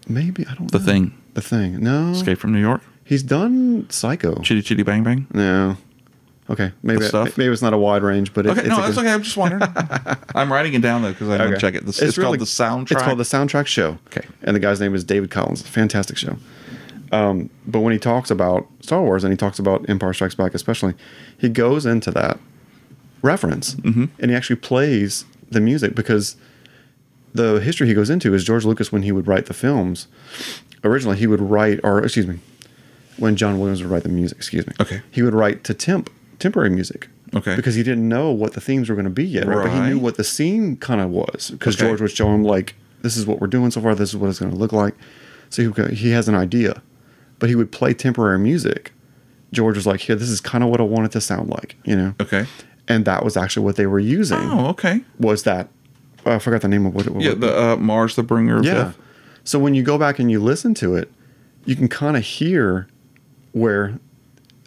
C: Maybe I don't.
A: The
C: know.
A: Thing,
C: The thing. No.
A: Escape from New York,
C: He's done Psycho.
A: Chitty Chitty Bang Bang.
C: No. Okay. Maybe
A: The stuff?
C: maybe it's not a wide range, but it,
A: Okay,
C: it's
A: no,
C: a
A: that's
C: good-
A: okay. I'm just wondering. I'm writing it down though because I'm gonna
C: Okay.
A: check it. This, it's
C: really-
A: called the soundtrack.
C: It's called the soundtrack show.
A: Okay.
C: And the guy's name is David Collins. Fantastic show. Um, but when he talks about Star Wars and he talks about Empire Strikes Back, especially, he goes into that reference
A: Mm-hmm.
C: and he actually plays the music because the history he goes into is George Lucas when he would write the films. Originally, he would write, or excuse me, when John Williams would write the music. Excuse me.
A: Okay.
C: He would write to temp temporary music.
A: Okay.
C: Because he didn't know what the themes were going to be yet, right? But he knew
A: Right.
C: what the scene kind of was because
A: Okay.
C: George would show him like, this is what we're doing so far. This is what it's going to look like. So he, would go- he has an idea, but he would play temporary music. George was like, here, this is kind of what I want it to sound like, you know?
A: Okay.
C: And that was actually what they were using.
A: Oh, okay.
C: Was that? oh, I forgot the name of what it was.
A: Yeah, the uh, Mars, the Bringer. of
C: Yeah.
A: Death.
C: So when you go back and you listen to it, you can kind of hear where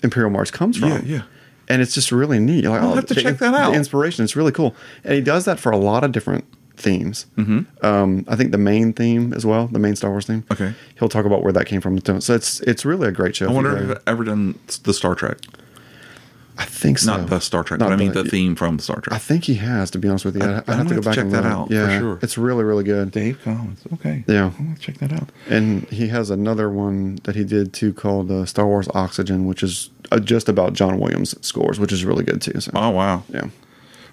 C: Imperial March comes from.
A: Yeah, yeah.
C: And it's just really neat. You're like, oh,
A: I'll have to
C: the-
A: check that out.
C: The inspiration. It's really cool. And he does that for a lot of different themes. Mm-hmm. Um, I think the main theme as well, the main Star Wars theme.
A: Okay.
C: He'll talk about where that came from. So it's it's really a great show.
A: I
C: if you
A: wonder
C: go-
A: if I've ever done the Star Trek.
C: I think so.
A: Not the Star Trek,
C: Not
A: but I mean the, theme from Star
C: I
A: Trek.
C: think he has, to be honest with you.
A: I-
C: I'd, I'd
A: I'm
C: have
A: gonna
C: to go
A: have to
C: back
A: check
C: and
A: that
C: learn.
A: out for
C: Yeah,
A: sure.
C: It's really, really good.
A: Dave Collins. Okay.
C: Yeah.
A: I'm gonna check that out.
C: And he has another one that he did too called uh, Star Wars Oxygen, which is uh, just about John Williams scores, which is really good too. So
A: Oh wow.
C: yeah,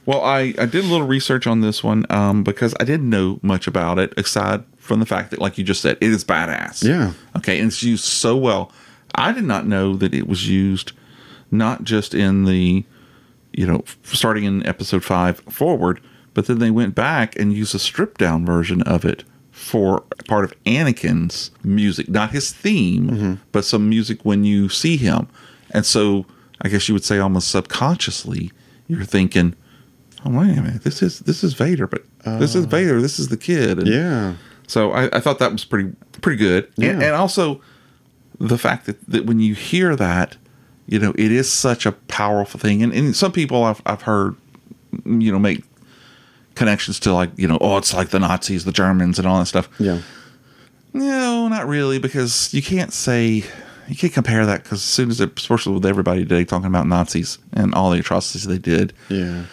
A: Well, I, I did a little research on this one um, because I didn't know much about it, aside from the fact that, like you just said, it is badass.
C: Yeah.
A: Okay, and it's used so well. I did not know that it was used not just in the, you know, f- starting in episode five forward, but then they went back and used a stripped down version of it for part of Anakin's music, not his theme, but some music when you see him. And so I guess you would say almost subconsciously, you're thinking, oh wait a minute, this is this is Vader, but this is Vader, this is the kid. And
C: yeah.
A: So I, I thought that was pretty pretty good.
C: Yeah.
A: And, and also the fact that, that when you hear that, you know, it is such a powerful thing. And, and some people I've, I've heard, you know, make connections to like, you know, oh, it's like the Nazis, the Germans, and all that stuff.
C: Yeah.
A: No, not really, because you can't say you can't compare that because as soon as it, especially with everybody today talking about Nazis and all the atrocities they did,
C: Yeah.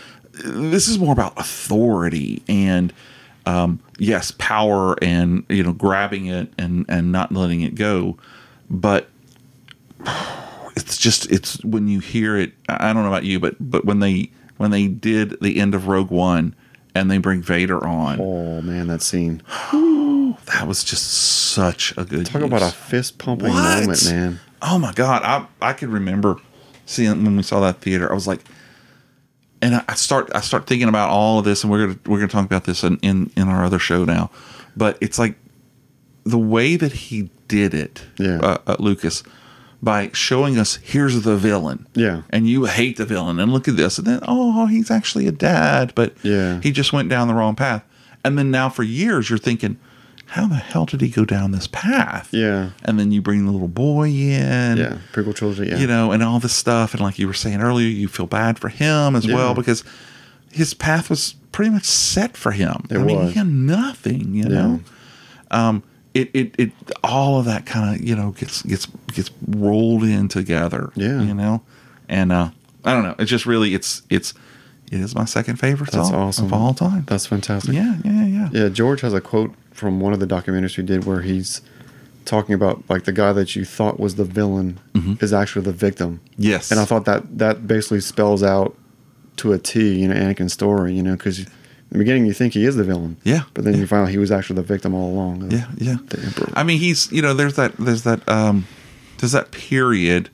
A: this is more about authority and um, yes, power and you know grabbing it and and not letting it go, but it's just it's when you hear it. I I don't know about you, but but when they when they did the end of Rogue One and they bring Vader on,
C: Oh man, that scene.
A: that was just such a good
C: Oh. Talk about
A: use.
C: a fist pumping
A: What?
C: moment, man.
A: Oh my god, I I could remember seeing when we saw that theater. I was like, and I, I start I start thinking about all of this, and we're gonna we're gonna talk about this in, in in our other show now. But it's like the way that he did it,
C: Yeah.
A: uh, uh, Lucas, by showing us here's the villain,
C: Yeah.
A: and you hate the villain, and look at this, and then oh he's actually a dad, but
C: Yeah.
A: he just went down the wrong path, and then now for years you're thinking. How the hell did he go down this path?
C: Yeah.
A: and then you bring the little boy in
C: Yeah. Prequel trilogy. Yeah.
A: you know and all this stuff and like you were saying earlier you feel bad for him as well
C: Yeah.
A: because his path was pretty much set for him
C: It
A: i mean
C: was.
A: he had nothing you know um it, it it all of that kind of you know gets gets gets rolled in together
C: Yeah.
A: you know and uh i don't know it's just really it's it's it is my second favorite
C: That's
A: song
C: awesome.
A: of all time
C: That's fantastic.
A: yeah yeah yeah
C: Yeah, George has a quote from one of the documentaries we did where he's talking about like the guy that you thought was the villain
A: Mm-hmm.
C: is actually the victim.
A: yes
C: And I thought that that basically spells out to a T, you know, Anakin's story, you know, because in the beginning you think he is the villain.
A: Yeah.
C: But then you find out he was actually the victim all along. of
A: yeah yeah
C: The emperor.
A: i mean he's you know there's that there's that um there's that period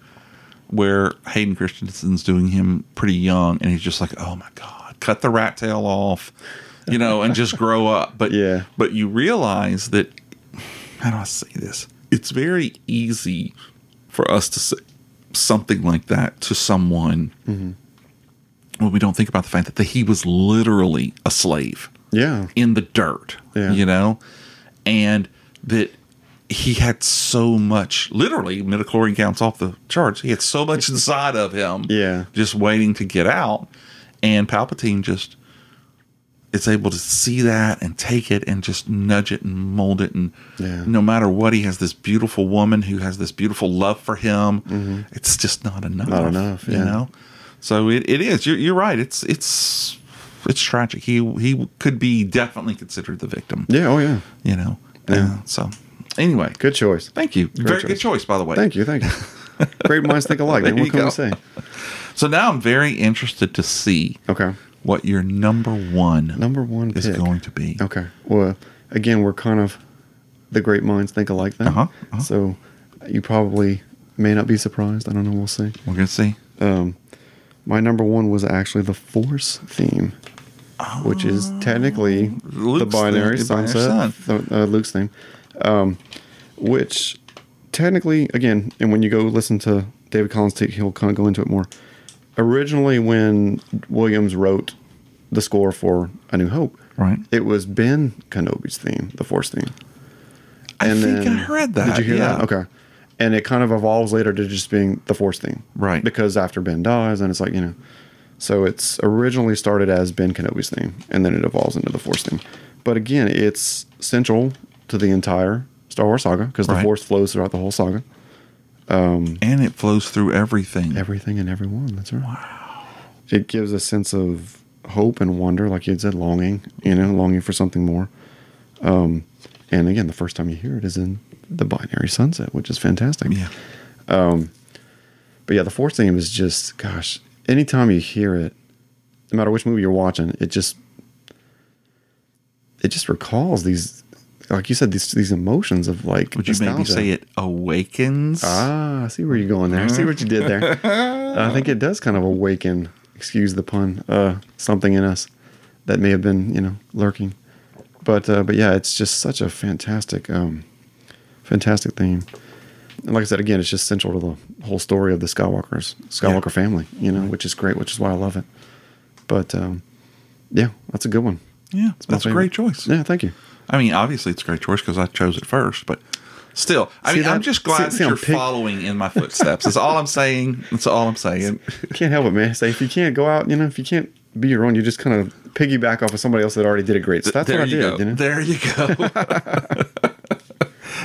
A: where hayden christensen's doing him pretty young and he's just like oh my god cut the rat tail off you know and just grow up but
C: Yeah.
A: but you realize that how do i say this it's very easy for us to say something like that to someone
C: Mm-hmm.
A: when we don't think about the fact that the, he was literally a slave
C: yeah.
A: in the dirt,
C: Yeah.
A: you know, and that he had so much, literally, midichlorian counts off the charts. He had so much inside of him,
C: Yeah.
A: just waiting to get out. And Palpatine just is able to see that and take it and just nudge it and mold it. And
C: Yeah.
A: no matter what, he has this beautiful woman who has this beautiful love for him. It's just not enough.
C: Mm-hmm. Not enough, yeah.
A: You know? So it, it is. You're, you're right. It's it's it's tragic. He he could be definitely considered the victim.
C: Yeah, oh yeah.
A: You know. Uh, so anyway,
C: Good choice.
A: Thank you. Very
C: choice.
A: good choice, by the way.
C: Thank you, thank you. Great minds think alike.
A: There
C: man. What
A: you
C: can
A: go.
C: I say?
A: So now I'm very interested to see
C: Okay.
A: what your number one
C: Number one
A: is
C: pick.
A: going to be.
C: Okay. Well, again, we're kind of the great minds think alike then.
A: Uh-huh, uh-huh.
C: So you probably may not be surprised. I don't know. We'll see.
A: We're gonna see.
C: Um, my number one was actually the Force theme, which is technically the
A: Ah, Luke's
C: binary
A: theme, the binary
C: sunset,
A: sun.
C: the- uh, Luke's theme, um, which technically, again, and when you go listen to David Collins, t- he'll kind of go into it more. Originally, when Williams wrote the score for A New Hope,
A: Right.
C: it was Ben Kenobi's theme, the Force theme.
A: I
C: And
A: think
C: then-
A: I heard that.
C: Did you hear
A: yeah.
C: that? Okay. And it kind of evolves later to just being the Force theme,
A: Right.
C: Because after Ben dies, and it's like you know, so it's originally started as Ben Kenobi's theme, and then it evolves into the Force theme. But again, it's central to the entire Star Wars saga because the
A: Right.
C: Force flows throughout the whole saga,
A: And it flows through everything.
C: everything and everyone. That's right. It gives a sense of hope and wonder, like you had said, longing, you know, longing for something more. Um, and again, the first time you hear it is in the binary sunset, which is fantastic.
A: Yeah.
C: But yeah, the fourth theme is just, gosh, anytime you hear it, no matter which movie you're watching, it just it just recalls these, like you said, these these emotions of like.
A: Would you maybe
C: nostalgia.
A: say it awakens?
C: Ah, I see where you're going there. I see what you did there. I think it does kind of awaken, excuse the pun, uh, something in us that may have been, you know, lurking. But uh, but yeah, it's just such a fantastic, um, fantastic theme. And like I said, again, it's just central to the whole story of the Skywalkers, Skywalker
A: Yeah. Mm-hmm.
C: family, you know, which is great, which is why I love it. But um, yeah, that's a good one.
A: yeah,
C: my
A: that's a great
C: favorite.
A: choice.
C: Yeah, thank you.
A: I mean, obviously it's a great choice because I chose it first, but still, I
C: See
A: mean, I'm
C: that-
A: just glad
C: see- see
A: that
C: I'm
A: you're
C: pick-
A: following in my footsteps. That's all I'm saying. That's all I'm saying.
C: Can't help it, man. Say if you can't go out, you know, if you can't be your own, you just kind of piggyback off of somebody else that already did it great. So that's
A: there
C: what I
A: you
C: did.
A: go.
C: You know?
A: There you go.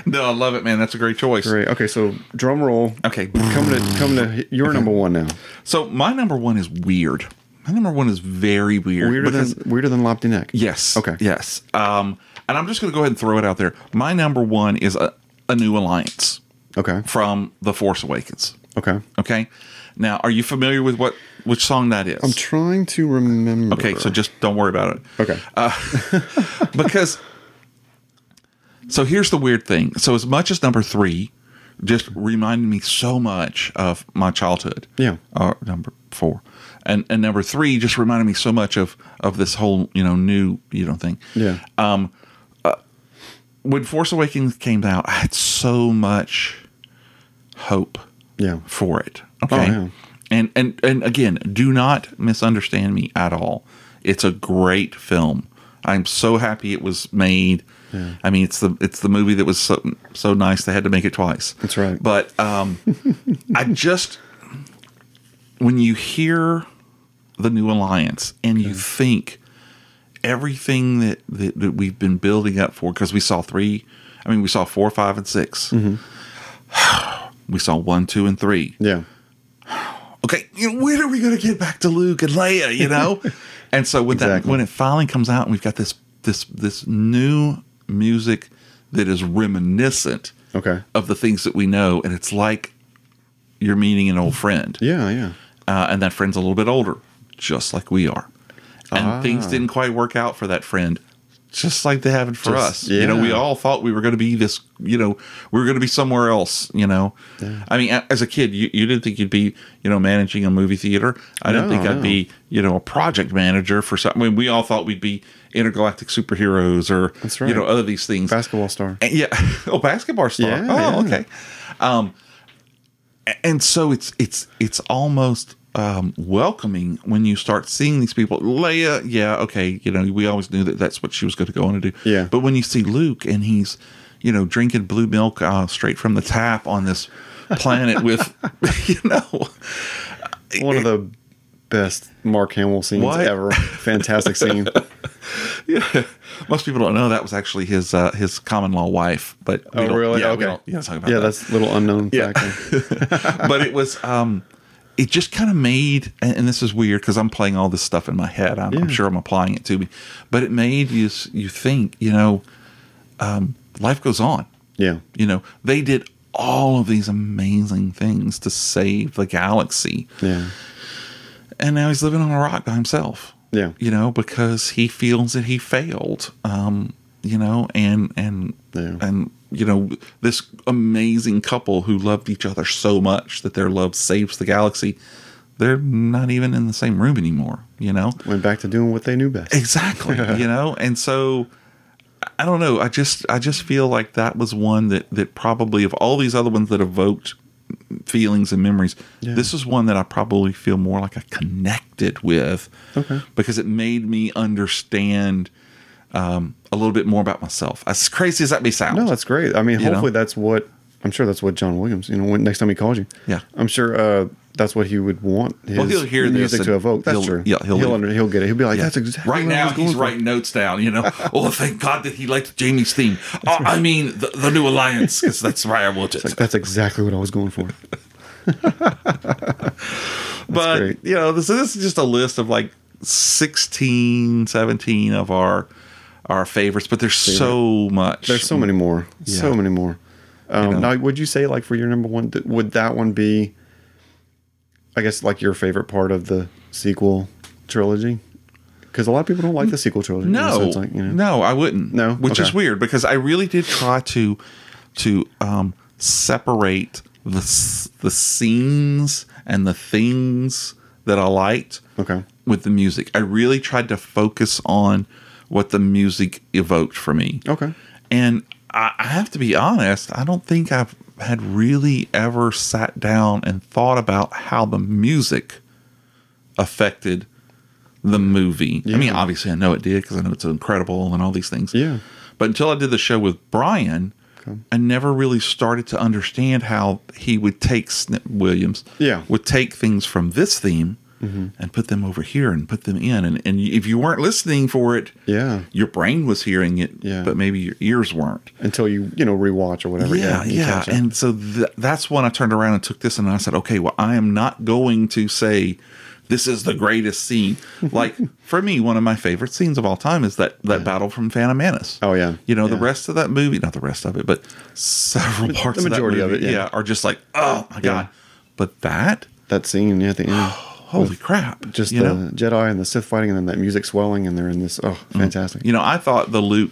A: no, I love it, man. That's a great choice.
C: Great. Okay, so drum roll.
A: Okay.
C: Coming to coming to your number one now.
A: So my number one is weird. My number one is very weird.
C: Weirder
A: because-
C: than weirder than Lopty Neck.
A: Yes.
C: Okay.
A: Yes. Um, and I'm just going to go ahead and throw it out there. My number one is a, a new alliance
C: Okay.
A: from The Force Awakens.
C: Okay.
A: Okay. Now, are you familiar with what which song that is?
C: I'm trying to remember.
A: okay, so just don't worry about it.
C: Okay.
A: Because so here's the weird thing. So as much as number 3 just reminded me so much of my childhood.
C: Yeah.
A: Or number 4. And and number 3 just reminded me so much of of this whole, you know, new, you know, thing.
C: yeah.
A: When Force Awakens came out, I had so much hope
C: yeah.
A: for it. Oh, Okay.
C: yeah.
A: And and and again, do not misunderstand me at all. It's a great film. I'm so happy it was made. I mean, it's the it's the movie that was so so nice they had to make it twice.
C: That's right.
A: But um, I just when you hear the new alliance and you think everything that, that that we've been building up for because we saw three, I mean, we saw four, five, and 6
C: Mm-hmm.
A: We saw one, two, and three
C: Yeah.
A: okay, you know, when are we going to get back to Luke and Leia? You know, and so when that
C: Exactly.
A: when it finally comes out, and we've got this this this new music that is reminiscent
C: Okay.
A: of the things that we know, and it's like you're meeting an old friend,
C: Yeah. Yeah.
A: uh, and that friend's a little bit older, just like we are, and
C: Ah.
A: things didn't quite work out for that friend. Just like they haven't for
C: Just-
A: us, you know,
C: yeah.
A: we all thought we were going to be this, you know, we were going to be somewhere else, you know. I mean, a- as a kid, you, you didn't think you'd be, you know, managing a movie theater. I didn't
C: No,
A: think I'd
C: no.
A: be, you know, a project manager for something. I mean, we all thought we'd be intergalactic superheroes or,
C: That's
A: you know,
C: right.
A: other these things.
C: Basketball star.
A: And yeah. Oh, basketball star.
C: Yeah,
A: oh,
C: yeah.
A: okay. Um, a- and so it's it's it's almost um, welcoming when you start seeing these people. Leia, yeah, okay, you know, we always knew that that's what she was going to go on to do.
C: Yeah.
A: But when you see Luke and he's, you know, drinking blue milk uh, straight from the tap on this planet with, you know,
C: One of the best Mark Hamill scenes
A: What?
C: ever. Fantastic scene.
A: most people don't know that was actually his uh, his common law wife. But we
C: Oh,
A: don't-
C: really?
A: Yeah, we
C: okay.
A: don't- yeah, talk about
C: yeah
A: that.
C: that's a little unknown
A: Yeah.
C: fact.
A: but it was um it just kind of made and, and this is weird because i'm playing all this stuff in my head I'm, I'm
C: Yeah.
A: sure i'm applying it to me but it made you s- you think you know um life goes on
C: yeah.
A: you know they did all of these amazing things to save the galaxy
C: Yeah.
A: and now he's living on a rock by himself
C: Yeah.
A: you know because he feels that he failed um you know and and
C: Yeah.
A: and you know this amazing couple who loved each other so much that their love saves the galaxy they're not even in the same room anymore you know
C: Went back to doing what they knew best.
A: exactly you know and so i don't know i just i just feel like that was one that that probably of all these other ones that evoked feelings and memories
C: Yeah.
A: this is one that i probably feel more like i connected with
C: Okay.
A: because it made me understand um, a little bit more about myself as crazy as that may sound
C: No, that's great. I mean,
A: You know?
C: hopefully that's what I'm sure that's what John Williams. You know, when next time he calls you,
A: Yeah.
C: I'm sure uh, that's what he would want his
A: Well, he'll hear this
C: music
A: and
C: to evoke. That's
A: he'll-
C: true.
A: yeah, he'll-
C: he'll under, he'll get it. He'll be like,
A: Yeah.
C: that's exactly
A: right
C: what I
A: now.
C: was going
A: He's
C: for.
A: writing notes down. You know, oh, thank God that he liked Jamie's theme. Oh, I mean, the, the new alliance because that's why I want it.
C: That's exactly what I was going for.
A: but
C: great.
A: you know this, this is just a list of like 16 17 of our our favorites but there's so much
C: There's so many more. So
A: Yeah.
C: many more. Um,
A: know?
C: Now, would you say like for your number one, th- would that one be? I guess like your favorite part of the sequel trilogy, because a lot of people don't like the sequel trilogy.
A: no
C: so it's like, you know,
A: no i wouldn't
C: No?
A: which is
C: Okay.
A: weird because i really did try to to um separate the s- the scenes and the things that i liked
C: Okay.
A: with the music i really tried to focus on what the music evoked for me
C: Okay.
A: And I, I have to be honest, I don't think I've had really ever sat down and thought about how the music affected the movie. I mean,
C: Yeah.
A: obviously, I know it did because I know it's incredible and all these things.
C: Yeah.
A: But until I did the show with Brian, I never really started to understand how he would take Snip Williams,
C: Yeah. Mm-hmm.
A: would take things from this theme and put them over here and put them in. And, and if you weren't listening for it,
C: Yeah.
A: your brain was hearing it,
C: Yeah.
A: but maybe your ears weren't.
C: Until you, you know, rewatch or whatever.
A: Yeah,
C: you
A: yeah.
C: catch it.
A: And so th- that's when I turned around and took this and I said, okay, well, I am not going to say this is the greatest scene. Like for me, one of my favorite scenes of all time is that that battle from Phantom Menace.
C: Oh, yeah.
A: You know the
C: Yeah.
A: rest of that movie, not the rest of it, but several parts.
C: majority
A: of,
C: of
A: that movie,
C: it, yeah.
A: are just like, oh my god. But that,
C: that scene yeah, at the end.
A: holy crap!
C: Just
A: you
C: the
A: know, Mm.
C: Jedi and the Sith fighting and then that music swelling and they're in this. Oh, fantastic.
A: you know, I thought the Luke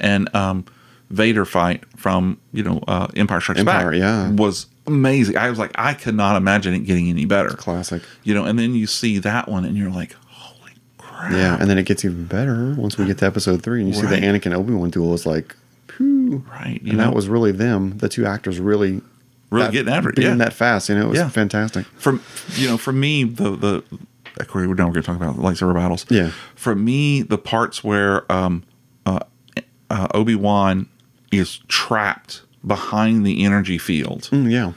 A: and um, Vader fight from you know uh, Empire Strikes
C: Empire,
A: Back
C: yeah.
A: was amazing. I was like, I could not imagine it getting any better.
C: Classic.
A: you know, and then you see that one and you're like, holy crap.
C: Yeah, and then it gets even better once we get to episode three and you see
A: Right.
C: the Anakin Obi Wan duel is like, phew.
A: Right. You
C: And
A: know,
C: that was really them, the two actors really,
A: really
C: that-
A: getting after it.
C: being
A: Yeah.
C: that fast. You know, it was
A: Yeah.
C: fantastic.
A: From, you know, for me, the, the, of course, we're now we're going to talk about lightsaber battles.
C: Yeah.
A: For me, the parts where um, uh, uh, Obi Wan is trapped behind the energy field
C: Mm, yeah,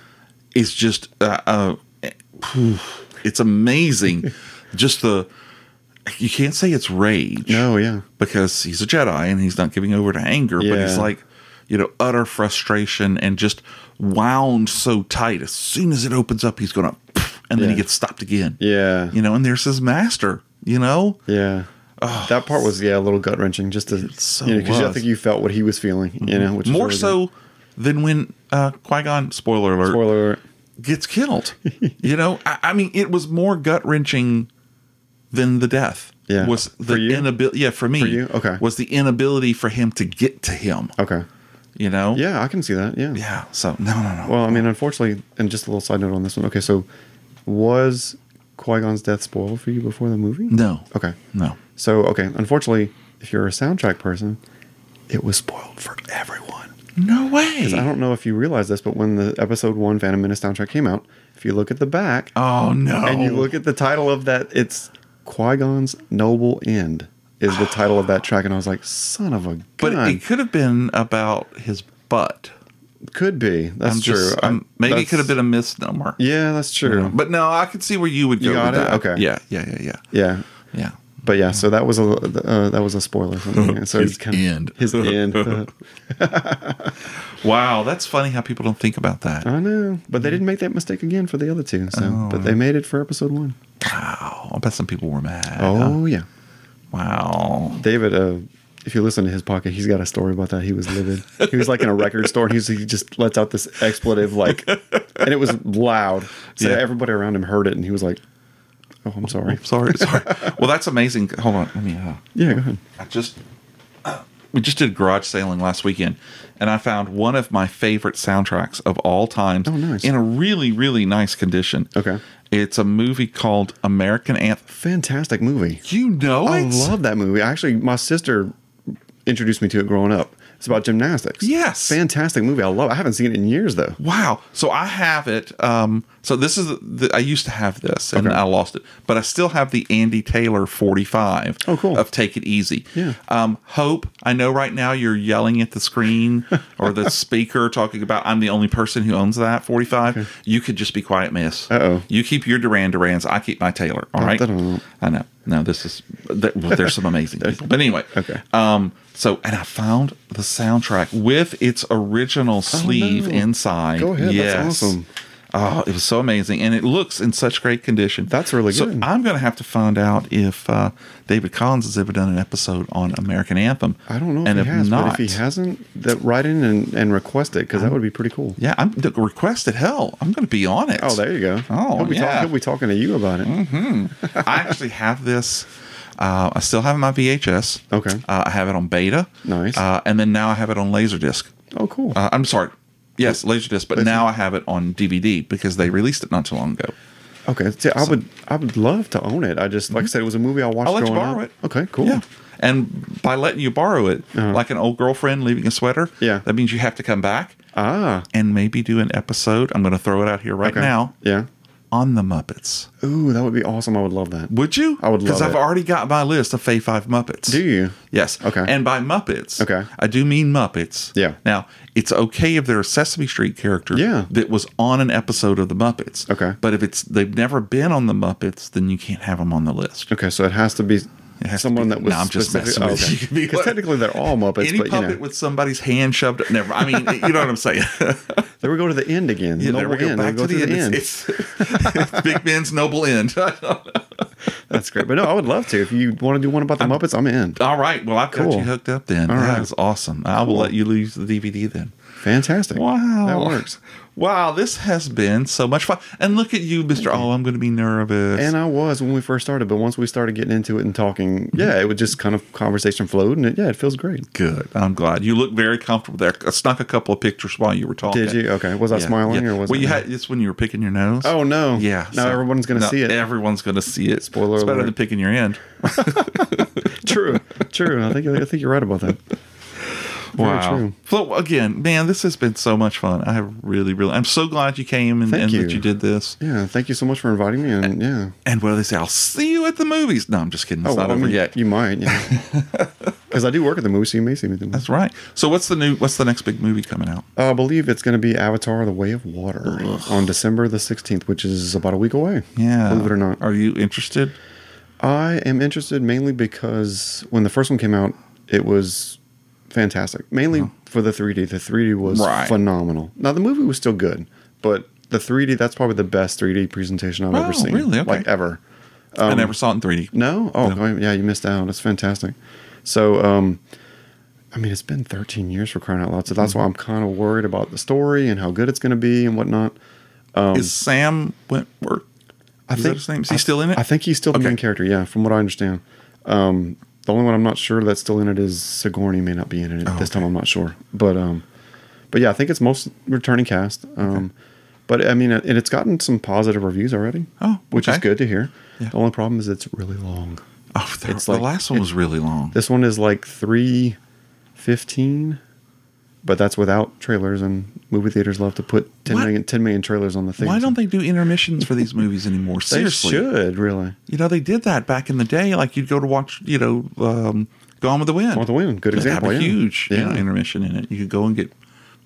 A: is just, uh, uh, phew, it's amazing. just the, you can't say it's rage.
C: no, yeah,
A: because he's a Jedi and he's not giving over to anger, but he's
C: Yeah.
A: like, you know, utter frustration and just wound so tight. As soon as it opens up, he's going to, and then he
C: Yeah.
A: gets stopped again.
C: yeah,
A: You know, and there's his master, you know? Oh.
C: yeah. that part was yeah a little gut wrenching just to
A: so
C: you know because I
A: was. Mm-hmm.
C: think you felt what he was feeling you know which is
A: More
C: really
A: so than when uh, Qui Gon, spoiler alert,
C: good. spoiler alert.
A: gets killed. you know, I, I mean, it was more gut wrenching than the death.
C: Yeah.
A: Was the
C: For you?
A: inability, yeah, for me,
C: For you? Okay.
A: was the inability for him to get to him,
C: okay
A: you know?
C: yeah I can see that yeah
A: Yeah. So, no, no, no.
C: well I mean unfortunately and just a little side note on this one okay so was Qui Gon's death spoiled for you before the movie
A: No.
C: okay
A: No.
C: so okay unfortunately if you're a soundtrack person it was spoiled for everyone
A: No way.
C: I don't know if you realize this but when the episode one Phantom Menace soundtrack came out if you look at the back
A: oh no.
C: and you look at the title of that, it's Qui Gon's Noble End is the title of that track, and I was like, "Son of a gun!"
A: but it could have been about his butt.
C: could be. That's
A: I'm
C: true.
A: just-
C: I-
A: I'm- maybe it
C: that's-
A: could have been a misnomer.
C: Yeah, that's true. But
A: But no, I could see where you would go.
C: You got
A: with
C: it?
A: That.
C: Okay.
A: Yeah. Yeah. Yeah. Yeah.
C: yeah,
A: Yeah.
C: but yeah. So that was a uh, that was a spoiler. For me. And so
A: His
C: it's kinda-
A: end.
C: His end. Uh,
A: Wow, that's funny how people don't think about that.
C: I know, but they didn't make that mistake again for the other two. So,
A: Oh.
C: but they made it for episode one.
A: Wow, I bet some people were mad.
C: Oh yeah,
A: wow.
C: David. Uh, if you listen to his pocket, he's got a story about that. He was livid. He was like in a record store, and he's, he just lets out this expletive, like, and it was loud. So
A: Yeah.
C: everybody around him heard it, and he was like, "Oh, I'm sorry."
A: Sorry. Sorry. well, that's amazing. Hold on. Let me. Uh,
C: Yeah, go ahead.
A: I just we just did garage sailing last weekend, and I found one of my favorite soundtracks of all time.
C: Oh, nice.
A: In a really, really nice condition.
C: Okay.
A: It's a movie called American Anthem.
C: Fantastic movie.
A: You know
C: I
A: it?
C: love that movie. Actually, my sister introduced me to it growing up. It's about gymnastics.
A: Yes.
C: Fantastic movie. I love. It. I haven't seen it in years though.
A: Wow. So I have it. Um, so this is the, I used to have this and
C: Okay.
A: I lost it, but I still have the Andy Taylor 45.
C: Oh, cool.
A: Of Take It Easy.
C: Yeah.
A: Um, Hope. I know right now you're yelling at the screen or the speaker talking about I'm the only person who owns that 45. You could just be quiet, Miss.
C: Uh-oh.
A: You keep your Duran Durans. I keep my Taylor. All right.
C: Dun-dun-dun.
A: I know. No, this is there, well, there's some amazing people. But anyway.
C: Okay.
A: Um. So and I found the soundtrack with its original sleeve
C: Oh, no.
A: inside.
C: Go ahead, that's awesome.
A: Oh, it was so amazing, and it looks in such great condition.
C: That's really
A: so
C: good.
A: I'm going to have to find out if uh, David Collins has ever done an episode on American Anthem.
C: I don't know if
A: and
C: he
A: if
C: has,
A: not,
C: but if he hasn't, that write in and, and request it because that would be pretty cool.
A: yeah, I'm the requested hell. I'm going to be on it.
C: Oh, there you go.
A: Oh,
C: he'll be,
A: yeah. Mm-hmm.
C: talk, he'll be talking to you about it.
A: I actually have this. Uh, I still have my VHS.
C: Okay.
A: Uh, I have it on beta.
C: Nice.
A: Uh, and then now I have it on Laserdisc.
C: Oh, cool.
A: Uh, I'm sorry. Yes, Laserdisc, but now I have it on DVD because they released it not too long ago.
C: okay, see, I would, I would love to own it. I just, like I said, it was a movie I watched.
A: Mm-hmm. I'll let you
C: growing
A: borrow
C: up.
A: it.
C: Okay, cool.
A: Yeah. And by letting you borrow it,
C: Uh-huh.
A: like an old girlfriend leaving a sweater,
C: Yeah.
A: that means you have to come back
C: Ah,
A: and maybe do an episode. I'm going to throw it out here right
C: okay.
A: now
C: Yeah.
A: on the Muppets.
C: Ooh, that would be awesome. I would love that.
A: Would you?
C: I would
A: Because
C: love
A: I've
C: it.
A: already got my list of Fay Five Muppets.
C: Do you?
A: Yes.
C: Okay.
A: And by Muppets,
C: Okay.
A: I do mean Muppets.
C: Yeah.
A: Now, it's okay if they're a Sesame Street character
C: Yeah.
A: that was on an episode of the Muppets.
C: Okay.
A: But if it's they've never been on the Muppets, then you can't have them on the list.
C: Okay, so it has to be
A: has to
C: someone
A: be-
C: that was.
A: No, I'm just
C: specific- oh,
A: messing with you. You
C: okay.
A: can be
C: 'Cause
A: what-
C: technically they're all Muppets,
A: Any
C: but you
A: puppet
C: know,
A: with somebody somebody's hand shoved. Never. I mean, you know what I'm saying.
C: there we go to the end again.
A: Yeah,
C: Noble
A: there we go.
C: end.
A: Back
C: go
A: to the end. It's, it's- it's Big Ben's noble end.
C: That's great. But no, I would love to. If you want to do one about the Muppets, I'm in.
A: All right. Well, I've got
C: Cool.
A: you hooked up then.
C: All
A: that
C: right.
A: was awesome. I will let you lose the DVD then.
C: Fantastic.
A: Wow.
C: that works.
A: Wow, this has been so much fun. And look at you, Mr. Oh, I'm going to be nervous.
C: And I was when we first started, but once we started getting into it and talking, yeah, it would just kind of conversation flowed, and it, yeah, it feels great.
A: Good. I'm glad. You look very comfortable there. I snuck a couple of pictures while you were talking.
C: Did you? Okay. Was I
A: Yeah,
C: smiling
A: yeah.
C: or was
A: well,
C: I
A: you
C: not?
A: had it's when you were picking your nose.
C: Oh no.
A: yeah.
C: No,
A: so-
C: everyone's gonna
A: No,
C: see it.
A: Everyone's gonna see it.
C: Spoiler
A: It's better
C: alert.
A: than picking your end.
C: True. True. I think I think you're right about that. Very true.
A: So again, man, this has been so much fun. I really, really, I'm so glad you came and,
C: Thank
A: and that
C: you.
A: you did this.
C: Yeah. Thank you so much for inviting me, and yeah.
A: And what do they say? I'll see you at the movies. No, I'm just kidding. It's not
C: Oh, well, I
A: over
C: mean,
A: yet.
C: You might, yeah. Because I do work at the movie, so you may see me. at the movie.
A: That's right. So what's the new? What's the next big movie coming out?
C: I believe it's going to be Avatar: The Way of Water on December the sixteenth, which is about a week away.
A: Yeah.
C: believe it or not.
A: Are you interested?
C: I am interested mainly because when the first one came out, it was fantastic. Mainly for the 3D. The 3D was
A: Right.
C: phenomenal. Now the movie was still good, but the 3D that's probably the best 3D presentation I've
A: Wow,
C: ever seen,
A: really? Okay.
C: like ever.
A: I
C: Um,
A: never saw it in 3D.
C: No? Oh,
A: No.
C: yeah, you missed out. It's fantastic. So, um, I mean, it's been 13 years for crying out loud. So that's
A: Mm-hmm.
C: why I'm kind of worried about the story and how good it's going to be and whatnot.
A: is Sam Wentworth?
C: I
A: is that
C: think
A: his name? Is
C: I-
A: he still in it?
C: I think he's still the main
A: Okay.
C: character. Yeah, from what I understand. Um, the only one I'm not sure that's still in it is Sigourney may not be in
A: Oh,
C: it this time. I'm not sure, but um, but yeah, I think it's most returning cast. Um, but I mean, and it's gotten some positive reviews already.
A: Oh,
C: which is
A: okay.
C: good to hear.
A: Yeah.
C: The only problem is it's really long.
A: Oh, the,
C: It's
A: the
C: like-
A: last one was really long.
C: This one is like three fifteen, but that's without trailers, and movie theaters love to put 10
A: What?
C: million, 10 million trailers on the thing.
A: Why don't they do intermissions for these movies anymore?
C: They
A: Seriously,
C: should really.
A: you know they did that back in the day. Like you'd go to watch, you know, um, Gone with the Wind.
C: Gone with the Wind, good
A: They'd
C: example,
A: Have a
C: yeah.
A: huge you know,
C: Yeah.
A: intermission in it. You could go and get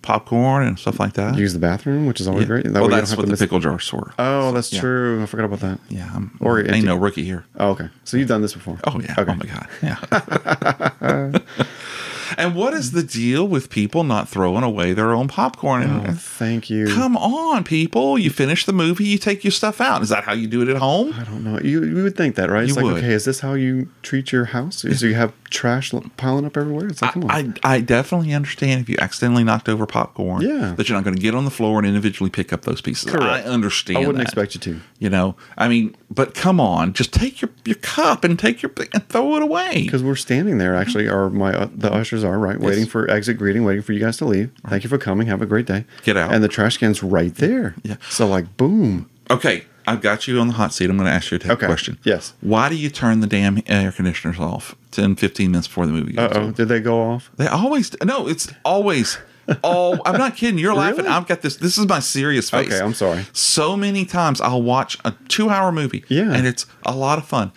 A: popcorn and stuff like that.
C: Use the bathroom, which is always
A: yeah.
C: great. That
A: well,
C: way you don't
A: that's
C: have
A: what
C: to
A: the
C: miss-
A: pickle jars were.
C: Oh, that's
A: Yeah.
C: true. I forgot about that.
A: yeah, I'm,
C: Or
A: ain't
C: empty.
A: no rookie here.
C: Oh, okay. So you've done this before.
A: Oh yeah.
C: Okay.
A: Oh my god. Yeah. and what is the deal with people not throwing away their own popcorn?
C: Oh, thank you.
A: Come on, people! You finish the movie, you take your stuff out. Is that how you do it at home?
C: I don't know. You, you would think that, right?
A: You
C: It's like,
A: would.
C: okay, is this how you treat your house? So you have trash l- piling up everywhere? It's like, come on.
A: I, I, I definitely understand if you accidentally knocked over popcorn
C: Yeah.
A: that you're not going to get on the floor and individually pick up those pieces.
C: Correct.
A: I understand.
C: I wouldn't
A: that.
C: expect you to.
A: You know, I mean, but come on, just take your, your cup and take your thing and throw it away.
C: Because we're standing there, actually,
A: Mm-hmm.
C: or my uh, the ushers are right, waiting for exit greeting, waiting for you guys to leave. Thank you for coming. Have a great day.
A: Get out.
C: And the trash can's right there.
A: Yeah.
C: So like, boom.
A: Okay, I've got you on the hot seat. I'm going to ask you a tech
C: Okay.
A: question.
C: Yes.
A: Why do you turn the damn air conditioners off 10, 15 minutes before the movie
C: Uh
A: goes?
C: oh.
A: on?
C: Did they go off?
A: They always no. It's always. Oh, I'm not kidding. You're laughing.
C: Really?
A: I've got this. This is my serious face.
C: Okay, I'm sorry.
A: So many times I'll watch a two-hour movie.
C: Yeah.
A: and it's a lot of fun.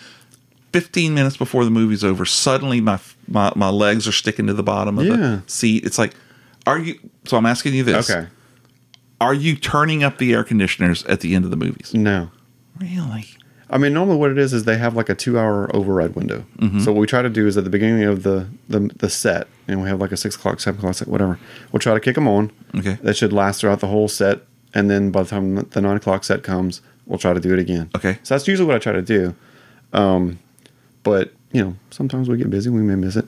A: Fifteen minutes before the movie's over, suddenly my my, my legs are sticking to the bottom of
C: Yeah.
A: the seat. It's like, are you? So I'm asking you this.
C: Okay.
A: Are you turning up the air conditioners at the end of the movies?
C: No.
A: Really?
C: I mean, normally what it is is they have like a two-hour override window.
A: Mm-hmm.
C: So what we try to do is at the beginning of the, the the set, and we have like a six o'clock, seven o'clock, set, whatever. We'll try to kick them on.
A: Okay.
C: That should last throughout the whole set, and then by the time the nine o'clock set comes, we'll try to do it again.
A: Okay.
C: So that's usually what I try to do. Um, but you know, sometimes we get busy, we may miss it.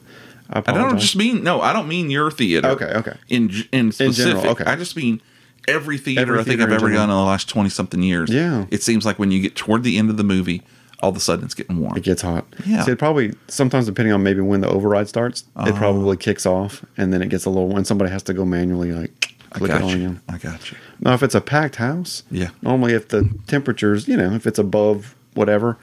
C: I,
A: I
C: apologize.
A: don't just mean no. I don't mean your theater.
C: Okay, okay.
A: In in specific,
C: okay.
A: I just mean every theater
C: Every
A: I think
C: theater
A: I've
C: in
A: ever
C: general.
A: done in the last twenty something years.
C: Yeah.
A: it seems like when you get toward the end of the movie, all of a sudden it's getting warm.
C: It gets hot.
A: Yeah. Uh-huh.
C: See, it probably sometimes depending on maybe when the override starts, it probably kicks off, and then it gets a little. When somebody has to go manually, like
A: I
C: click it
A: got
C: on
A: you.
C: again.
A: I got you.
C: Now, if it's a packed house,
A: Yeah.
C: Normally, if the temperatures, you know, if it's above whatever,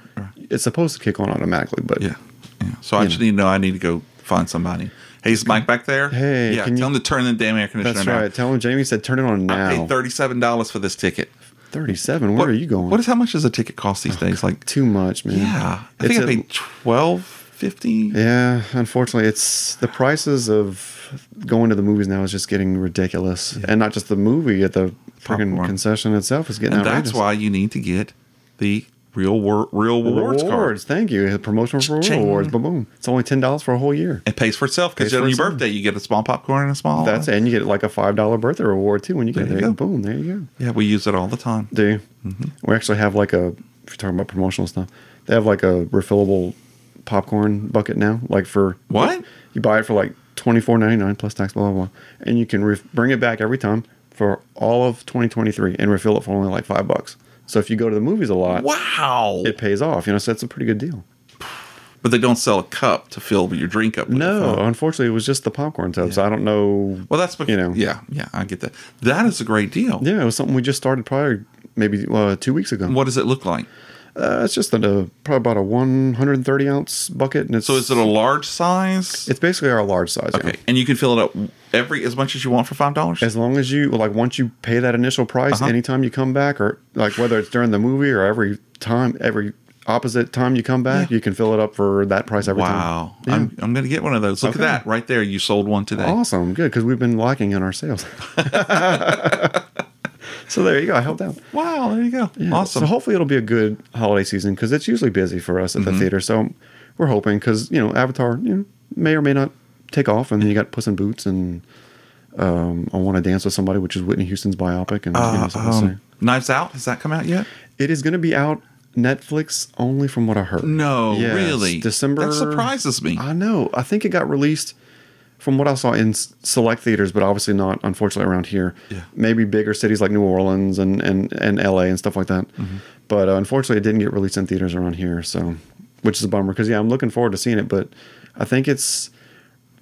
C: it's supposed to kick on automatically. But
A: Yeah. Yeah. So I just need to know. I need to go find somebody. Hey, is Mike back there?
C: Hey,
A: yeah.
C: can
A: Tell
C: you-
A: him to turn the damn air conditioner.
C: that's
A: down.
C: right. Tell him Jamie said turn it on
A: I
C: now.
A: paid thirty-seven dollars for this ticket.
C: Thirty-seven. Where
A: Uh, What-
C: are you going?
A: What is how much does a ticket cost these days? Like,
C: too much, man?
A: yeah, I think
C: It's
A: I
C: a-
A: paid twelve fifty.
C: Yeah, unfortunately, it's the prices of going to the movies now is just getting ridiculous, and not just the movie at the freaking
A: Popcorn.
C: concession itself is getting
A: and
C: outrageous.
A: that's why you need to get the real wor- real rewards,
C: rewards,
A: card.
C: Thank you. Promotional for
A: Cha-ching.
C: rewards. Boom, boom. It's only ten dollars for a whole year.
A: It pays for itself
C: Pays
A: because
C: for
A: on your
C: itself.
A: birthday you get a small popcorn and a small.
C: That's it. and you get like a five dollar birthday reward too when you get
A: There
C: there.
A: you go. Mm-hmm.
C: Boom, there you go.
A: Yeah, we use it all the time.
C: Do you? we actually have like a? If you're talking about promotional stuff, they have like a refillable popcorn bucket now. Like for
A: What?
C: you buy it for like twenty four ninety nine plus tax, blah blah blah, and you can ref- bring it back every time for all of twenty twenty three and refill it for only like five bucks. So if you go to the movies a lot,
A: Wow!
C: it pays off. You know, so that's a pretty good deal.
A: but they don't sell a cup to fill your drink up. With
C: No,
A: huh?
C: uh, unfortunately, it was just the popcorn tub. So I don't know.
A: well that's because,
C: you know.
A: Yeah, yeah, I get that. That is a great deal.
C: Yeah, it was something we just started probably maybe uh, two weeks ago.
A: What does it look like?
C: Uh, it's just a, uh, probably about a 130 ounce bucket, and it's
A: So is it a large size?
C: It's basically our large size. yeah.
A: okay, and you can fill it up every as much as you want for five dollars.
C: As long as you like, once you pay that initial price,
A: Uh-huh.
C: anytime you come back, or like whether it's during the movie or every time, every opposite time you come back,
A: Yeah.
C: you can fill it up for that price every
A: Wow,
C: time.
A: I'm I'm gonna get one of those. Look
C: Okay. Oh.
A: at that right there. You sold one today.
C: Yeah. Awesome, good because we've been locking in our sales. so there you go. I helped out.
A: Wow, there you go.
C: Yeah,
A: Awesome.
C: So hopefully it'll be a good holiday season because it's usually busy for us at the
A: Mm-hmm.
C: theater. So we're hoping because you know Avatar you know, may or may not take off, and then you got Puss in Boots and um, I Want to Dance with Somebody, which is Whitney Houston's biopic, and you know,
A: Uh,
C: so we'll
A: um,
C: see.
A: Knives Out has that come out yet?
C: it is going to be out Netflix only, from what I heard.
A: No,
C: Yes,
A: really.
C: December.
A: that surprises me.
C: I know. I think it got released from what I saw in s- select theaters, but obviously not, unfortunately, around here.
A: Yeah.
C: Maybe bigger cities like New Orleans and, and, and LA and stuff like that.
A: Mm-hmm.
C: But uh, unfortunately, it didn't get released in theaters around here. So, which is a bummer because, yeah, I'm looking forward to seeing it, but I think it's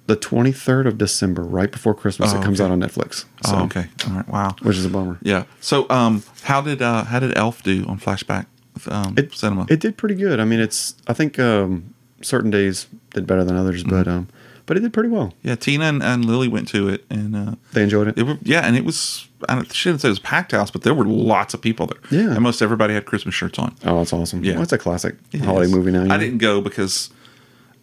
C: the 23rd of December, right before Christmas.
A: Oh,
C: it comes
A: okay.
C: out on Netflix. So,
A: oh, okay. All right. Wow.
C: Which is a bummer.
A: Yeah. So, um, how did uh, how did Elf do on Flashback um,
C: it,
A: Cinema?
C: It did pretty good. I mean, it's, I think um, certain days did better than others,
A: Mm-hmm.
C: but, um, but it did pretty well.
A: yeah, Tina and, and Lily went to it, and uh,
C: They enjoyed it.
A: it were, yeah, and it was I don't, shouldn't say it was a packed house, but there were lots of people there.
C: Yeah.
A: and most everybody had Christmas shirts on.
C: Oh, that's awesome.
A: Yeah.
C: Yeah. Well, it's a classic
A: It
C: holiday
A: is.
C: movie now. you know?
A: I didn't go because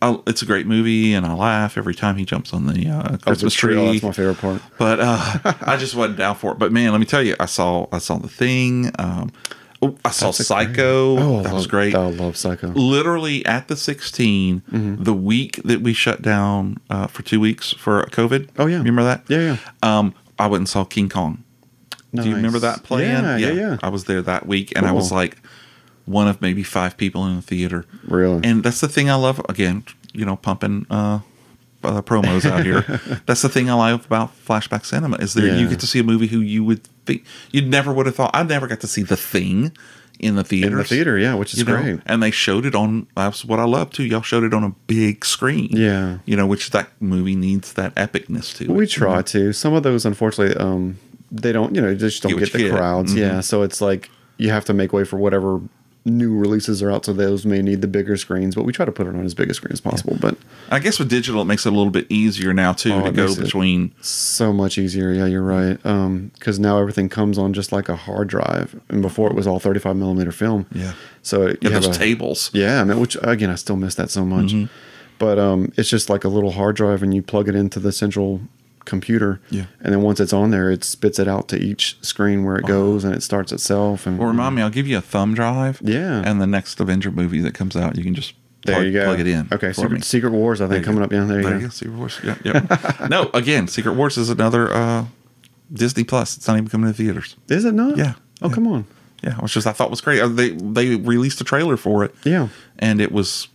A: I, it's a great movie, and I laugh every time he jumps on the uh,
C: Oh, it's a
A: Christmas
C: trio,
A: tree.
C: That's my favorite part.
A: but uh, I just wasn't down for it. But man, let me tell you, I saw I saw the thing. Um, oh, I saw
C: That's a
A: Psycho.
C: great- Oh, I
A: that
C: love-
A: was great.
C: I love Psycho.
A: Literally at the 16,
C: Mm-hmm.
A: the week that we shut down uh, for two weeks for COVID.
C: Oh, yeah.
A: remember that?
C: Yeah, yeah.
A: Um, I went and saw King Kong. Do you remember
C: Nice.
A: that playing?
C: Yeah, yeah, yeah.
A: I was there that week, and I
C: Cool.
A: was like one of maybe five people in the theater.
C: Really?
A: And that's the thing I love. Again, you know, pumping uh, uh, promos out here. That's the thing I love about flashback cinema is there you
C: Yeah.
A: get to see a movie who you would think you never would have thought. I never got to see the thing in the theater.
C: In the theater, yeah, which is
A: You know,
C: great.
A: and they showed it on. That's what I love too. Y'all showed it on a big screen.
C: Yeah.
A: you know, which that movie needs that epicness to.
C: We
A: it.
C: try to. Some of those, unfortunately, um, they don't. You know, they just don't
A: mm-hmm. Get what
C: get,
A: you
C: the
A: get.
C: crowds.
A: Mhm.
C: Yeah, so it's like you have to make way for whatever new releases are out. So those may need the bigger screens, but we try to put it on as big a screen as possible. But
A: I guess with digital, it makes it a little bit easier now too
C: Oh,
A: to
C: it
A: go
C: makes it-
A: between.
C: so much easier. Yeah, you're right. Because now everything comes on just like a hard drive, and before it was all 35 millimeter film.
A: Yeah.
C: So you
A: Yeah,
C: have
A: those Mm-hmm.
C: a-
A: tables.
C: Yeah, I mean, which again, I still miss that so much. But um, it's just like a little hard drive, and you plug it into the central computer.
A: Yeah.
C: And then once it's on there, it spits it out to each screen where it
A: Oh.
C: goes, and it starts itself. And
A: Well, remind me, I'll give you a thumb drive.
C: Yeah.
A: And the next Avenger movie that comes out, you can just
C: there
A: plug,
C: you go.
A: plug it in.
C: Okay,
A: for me.
C: Secret, Secret Wars, I
A: There you
C: think coming
A: go.
C: up. Yeah, there you
A: There
C: go.
A: you go, Secret Wars. Yeah, yeah. no, again, Secret Wars is another uh, Disney Plus. It's not even coming to theaters.
C: Is it not?
A: Yeah.
C: Oh,
A: Yeah.
C: come on.
A: Yeah, which is I thought was great. Uh, They they released a trailer for it.
C: Yeah.
A: And it was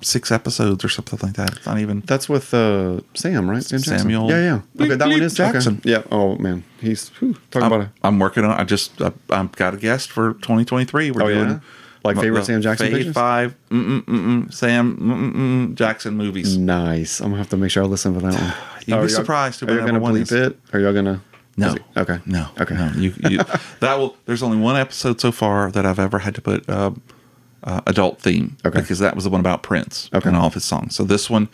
A: six episodes or something like that. It's not even.
C: That's with uh, Sam, right? Sam Jackson.
A: Samuel-
C: Yeah, yeah. Okay,
A: Bleep,
C: that
A: bleep,
C: one is okay.
A: Jackson.
C: Yeah. Oh man, he's whew, talking about
A: I'm,
C: a
A: I'm working on. I just I, I've got a guest for 2023. We're
C: Oh, yeah?
A: doing
C: Like
A: the-
C: favorite
A: the
C: Sam Jackson
A: fave
C: pictures?
A: five mm, mm, mm, mm, Sam mm, mm, mm, Jackson movies.
C: Nice. I'm gonna have to make sure I listen for that one.
A: You'd be
C: Are y'all-
A: surprised who
C: Are you
A: my
C: gonna
A: number one is.
C: bleep it? Are y'all gonna?
A: No.
C: is it- Okay.
A: No.
C: Okay.
A: No. You, you, that will. There's only one episode so far that I've ever had to put uh, uh, adult theme.
C: Okay.
A: Because that was the one about Prince
C: Okay.
A: and all of his songs. So this one,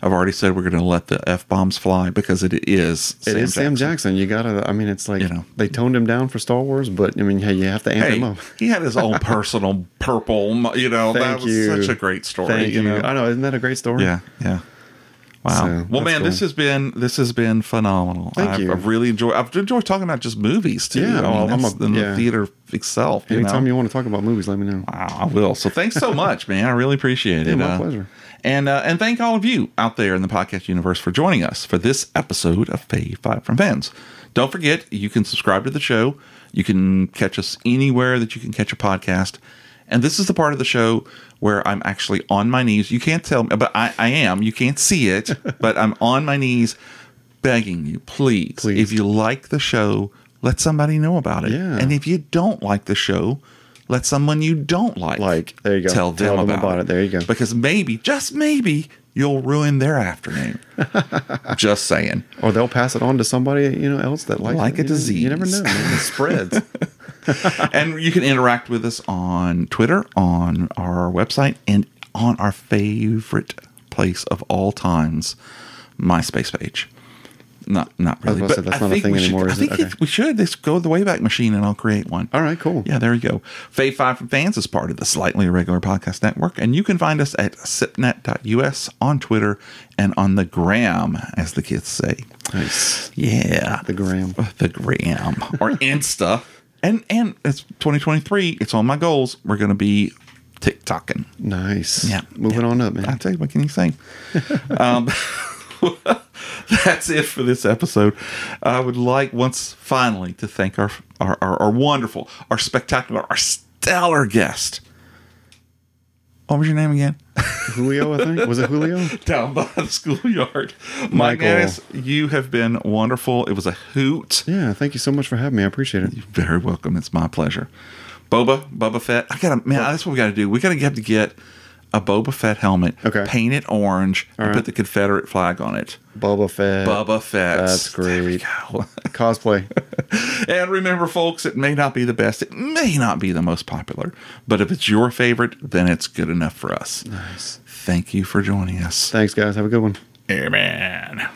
A: I've already said we're going to let the f bombs fly because it is
C: It is Sam Jackson. You gotta. I mean, it's like
A: You know.
C: they toned him down for Star Wars, but I mean, hey, you have to amp him
A: Hey,
C: up.
A: he had his own personal purple. mo- You know that
C: Thank
A: was
C: you.
A: such a great story.
C: Thank you.
A: know?
C: I know. Isn't that a great story?
A: Yeah, yeah. Wow.
C: So,
A: well,
C: that's
A: man, this
C: cool.
A: has been this has been phenomenal.
C: Thank
A: I've,
C: you.
A: I've really enjoyed. I've enjoyed talking about just movies too.
C: Yeah,
A: I
C: well,
A: mean,
C: I'm
A: that's
C: a-
A: in the
C: yeah.
A: theater itself. You
C: Anytime
A: know?
C: you want to talk about movies, let me know.
A: Wow, I will. So thanks so much, man. I really appreciate it.
C: Yeah, my
A: Uh,
C: pleasure.
A: And uh, and thank all of you out there in the podcast universe for joining us for this episode of Pay Five from Fans. Don't forget, you can subscribe to the show. You can catch us anywhere that you can catch a podcast. And this is the part of the show where I'm actually on my knees. You can't tell me, but I, I am. You can't see it, but I'm on my knees begging you, please,
C: Please.
A: if you like the show, let somebody know about it.
C: Yeah.
A: And if you don't like the show, let someone you don't like
C: Like, there you go.
A: Tell them,
C: Tell them
A: about,
C: about
A: it.
C: it. There you go.
A: Because maybe, just maybe, you'll ruin their afternoon. just saying.
C: Or they'll pass it on to somebody you know else that likes
A: Like
C: it.
A: a
C: You know, You never
A: disease.
C: know. man. It spreads.
A: and you can interact with us on Twitter, on our website, and on our favorite place of all times, MySpace page. Not, not
C: was
A: really.
C: about
A: But
C: to say, that's
A: I
C: not a
A: think
C: thing
A: we should-
C: anymore,
A: I
C: is it?
A: think
C: Okay.
A: if we should. Just go to the Wayback Machine, and I'll create one.
C: All right. Cool.
A: Yeah, there you go. Fave Five from Fans is part of the Slightly Irregular Podcast Network, and you can find us at sipnet.us on Twitter and on the gram, as the kids say.
C: Nice.
A: Yeah.
C: The gram.
A: The gram. Or Insta. And and it's 2023. It's on my goals. We're going to be TikToking.
C: Nice.
A: Yeah.
C: Moving on up,
A: I
C: man.
A: tell you, what can you say? um, that's it for this episode. I would like once finally to thank our our, our, our wonderful, our spectacular, our stellar guest. What was your name again?
C: Julio, I think. Was it Julio?
A: Down by the schoolyard. Mike
C: Michael.
A: Annis, you have been wonderful. It was a hoot.
C: Yeah. Thank you so much for having me. I appreciate it.
A: Very welcome. It's my pleasure. Boba, Boba Fett. I gotta man, that's what we gotta do. We gotta have to get a Boba Fett helmet,
C: Okay.
A: paint it orange, and
C: right.
A: put the Confederate flag on it.
C: Boba Fett.
A: Boba Fett.
C: That's
A: There we
C: great.
A: go.
C: Cosplay.
A: and remember, folks, it may not be the best, it may not be the most popular, but if it's your favorite, then it's good enough for us. Nice. Thank you for joining us.
C: Thanks, guys. Have a good one.
A: Amen.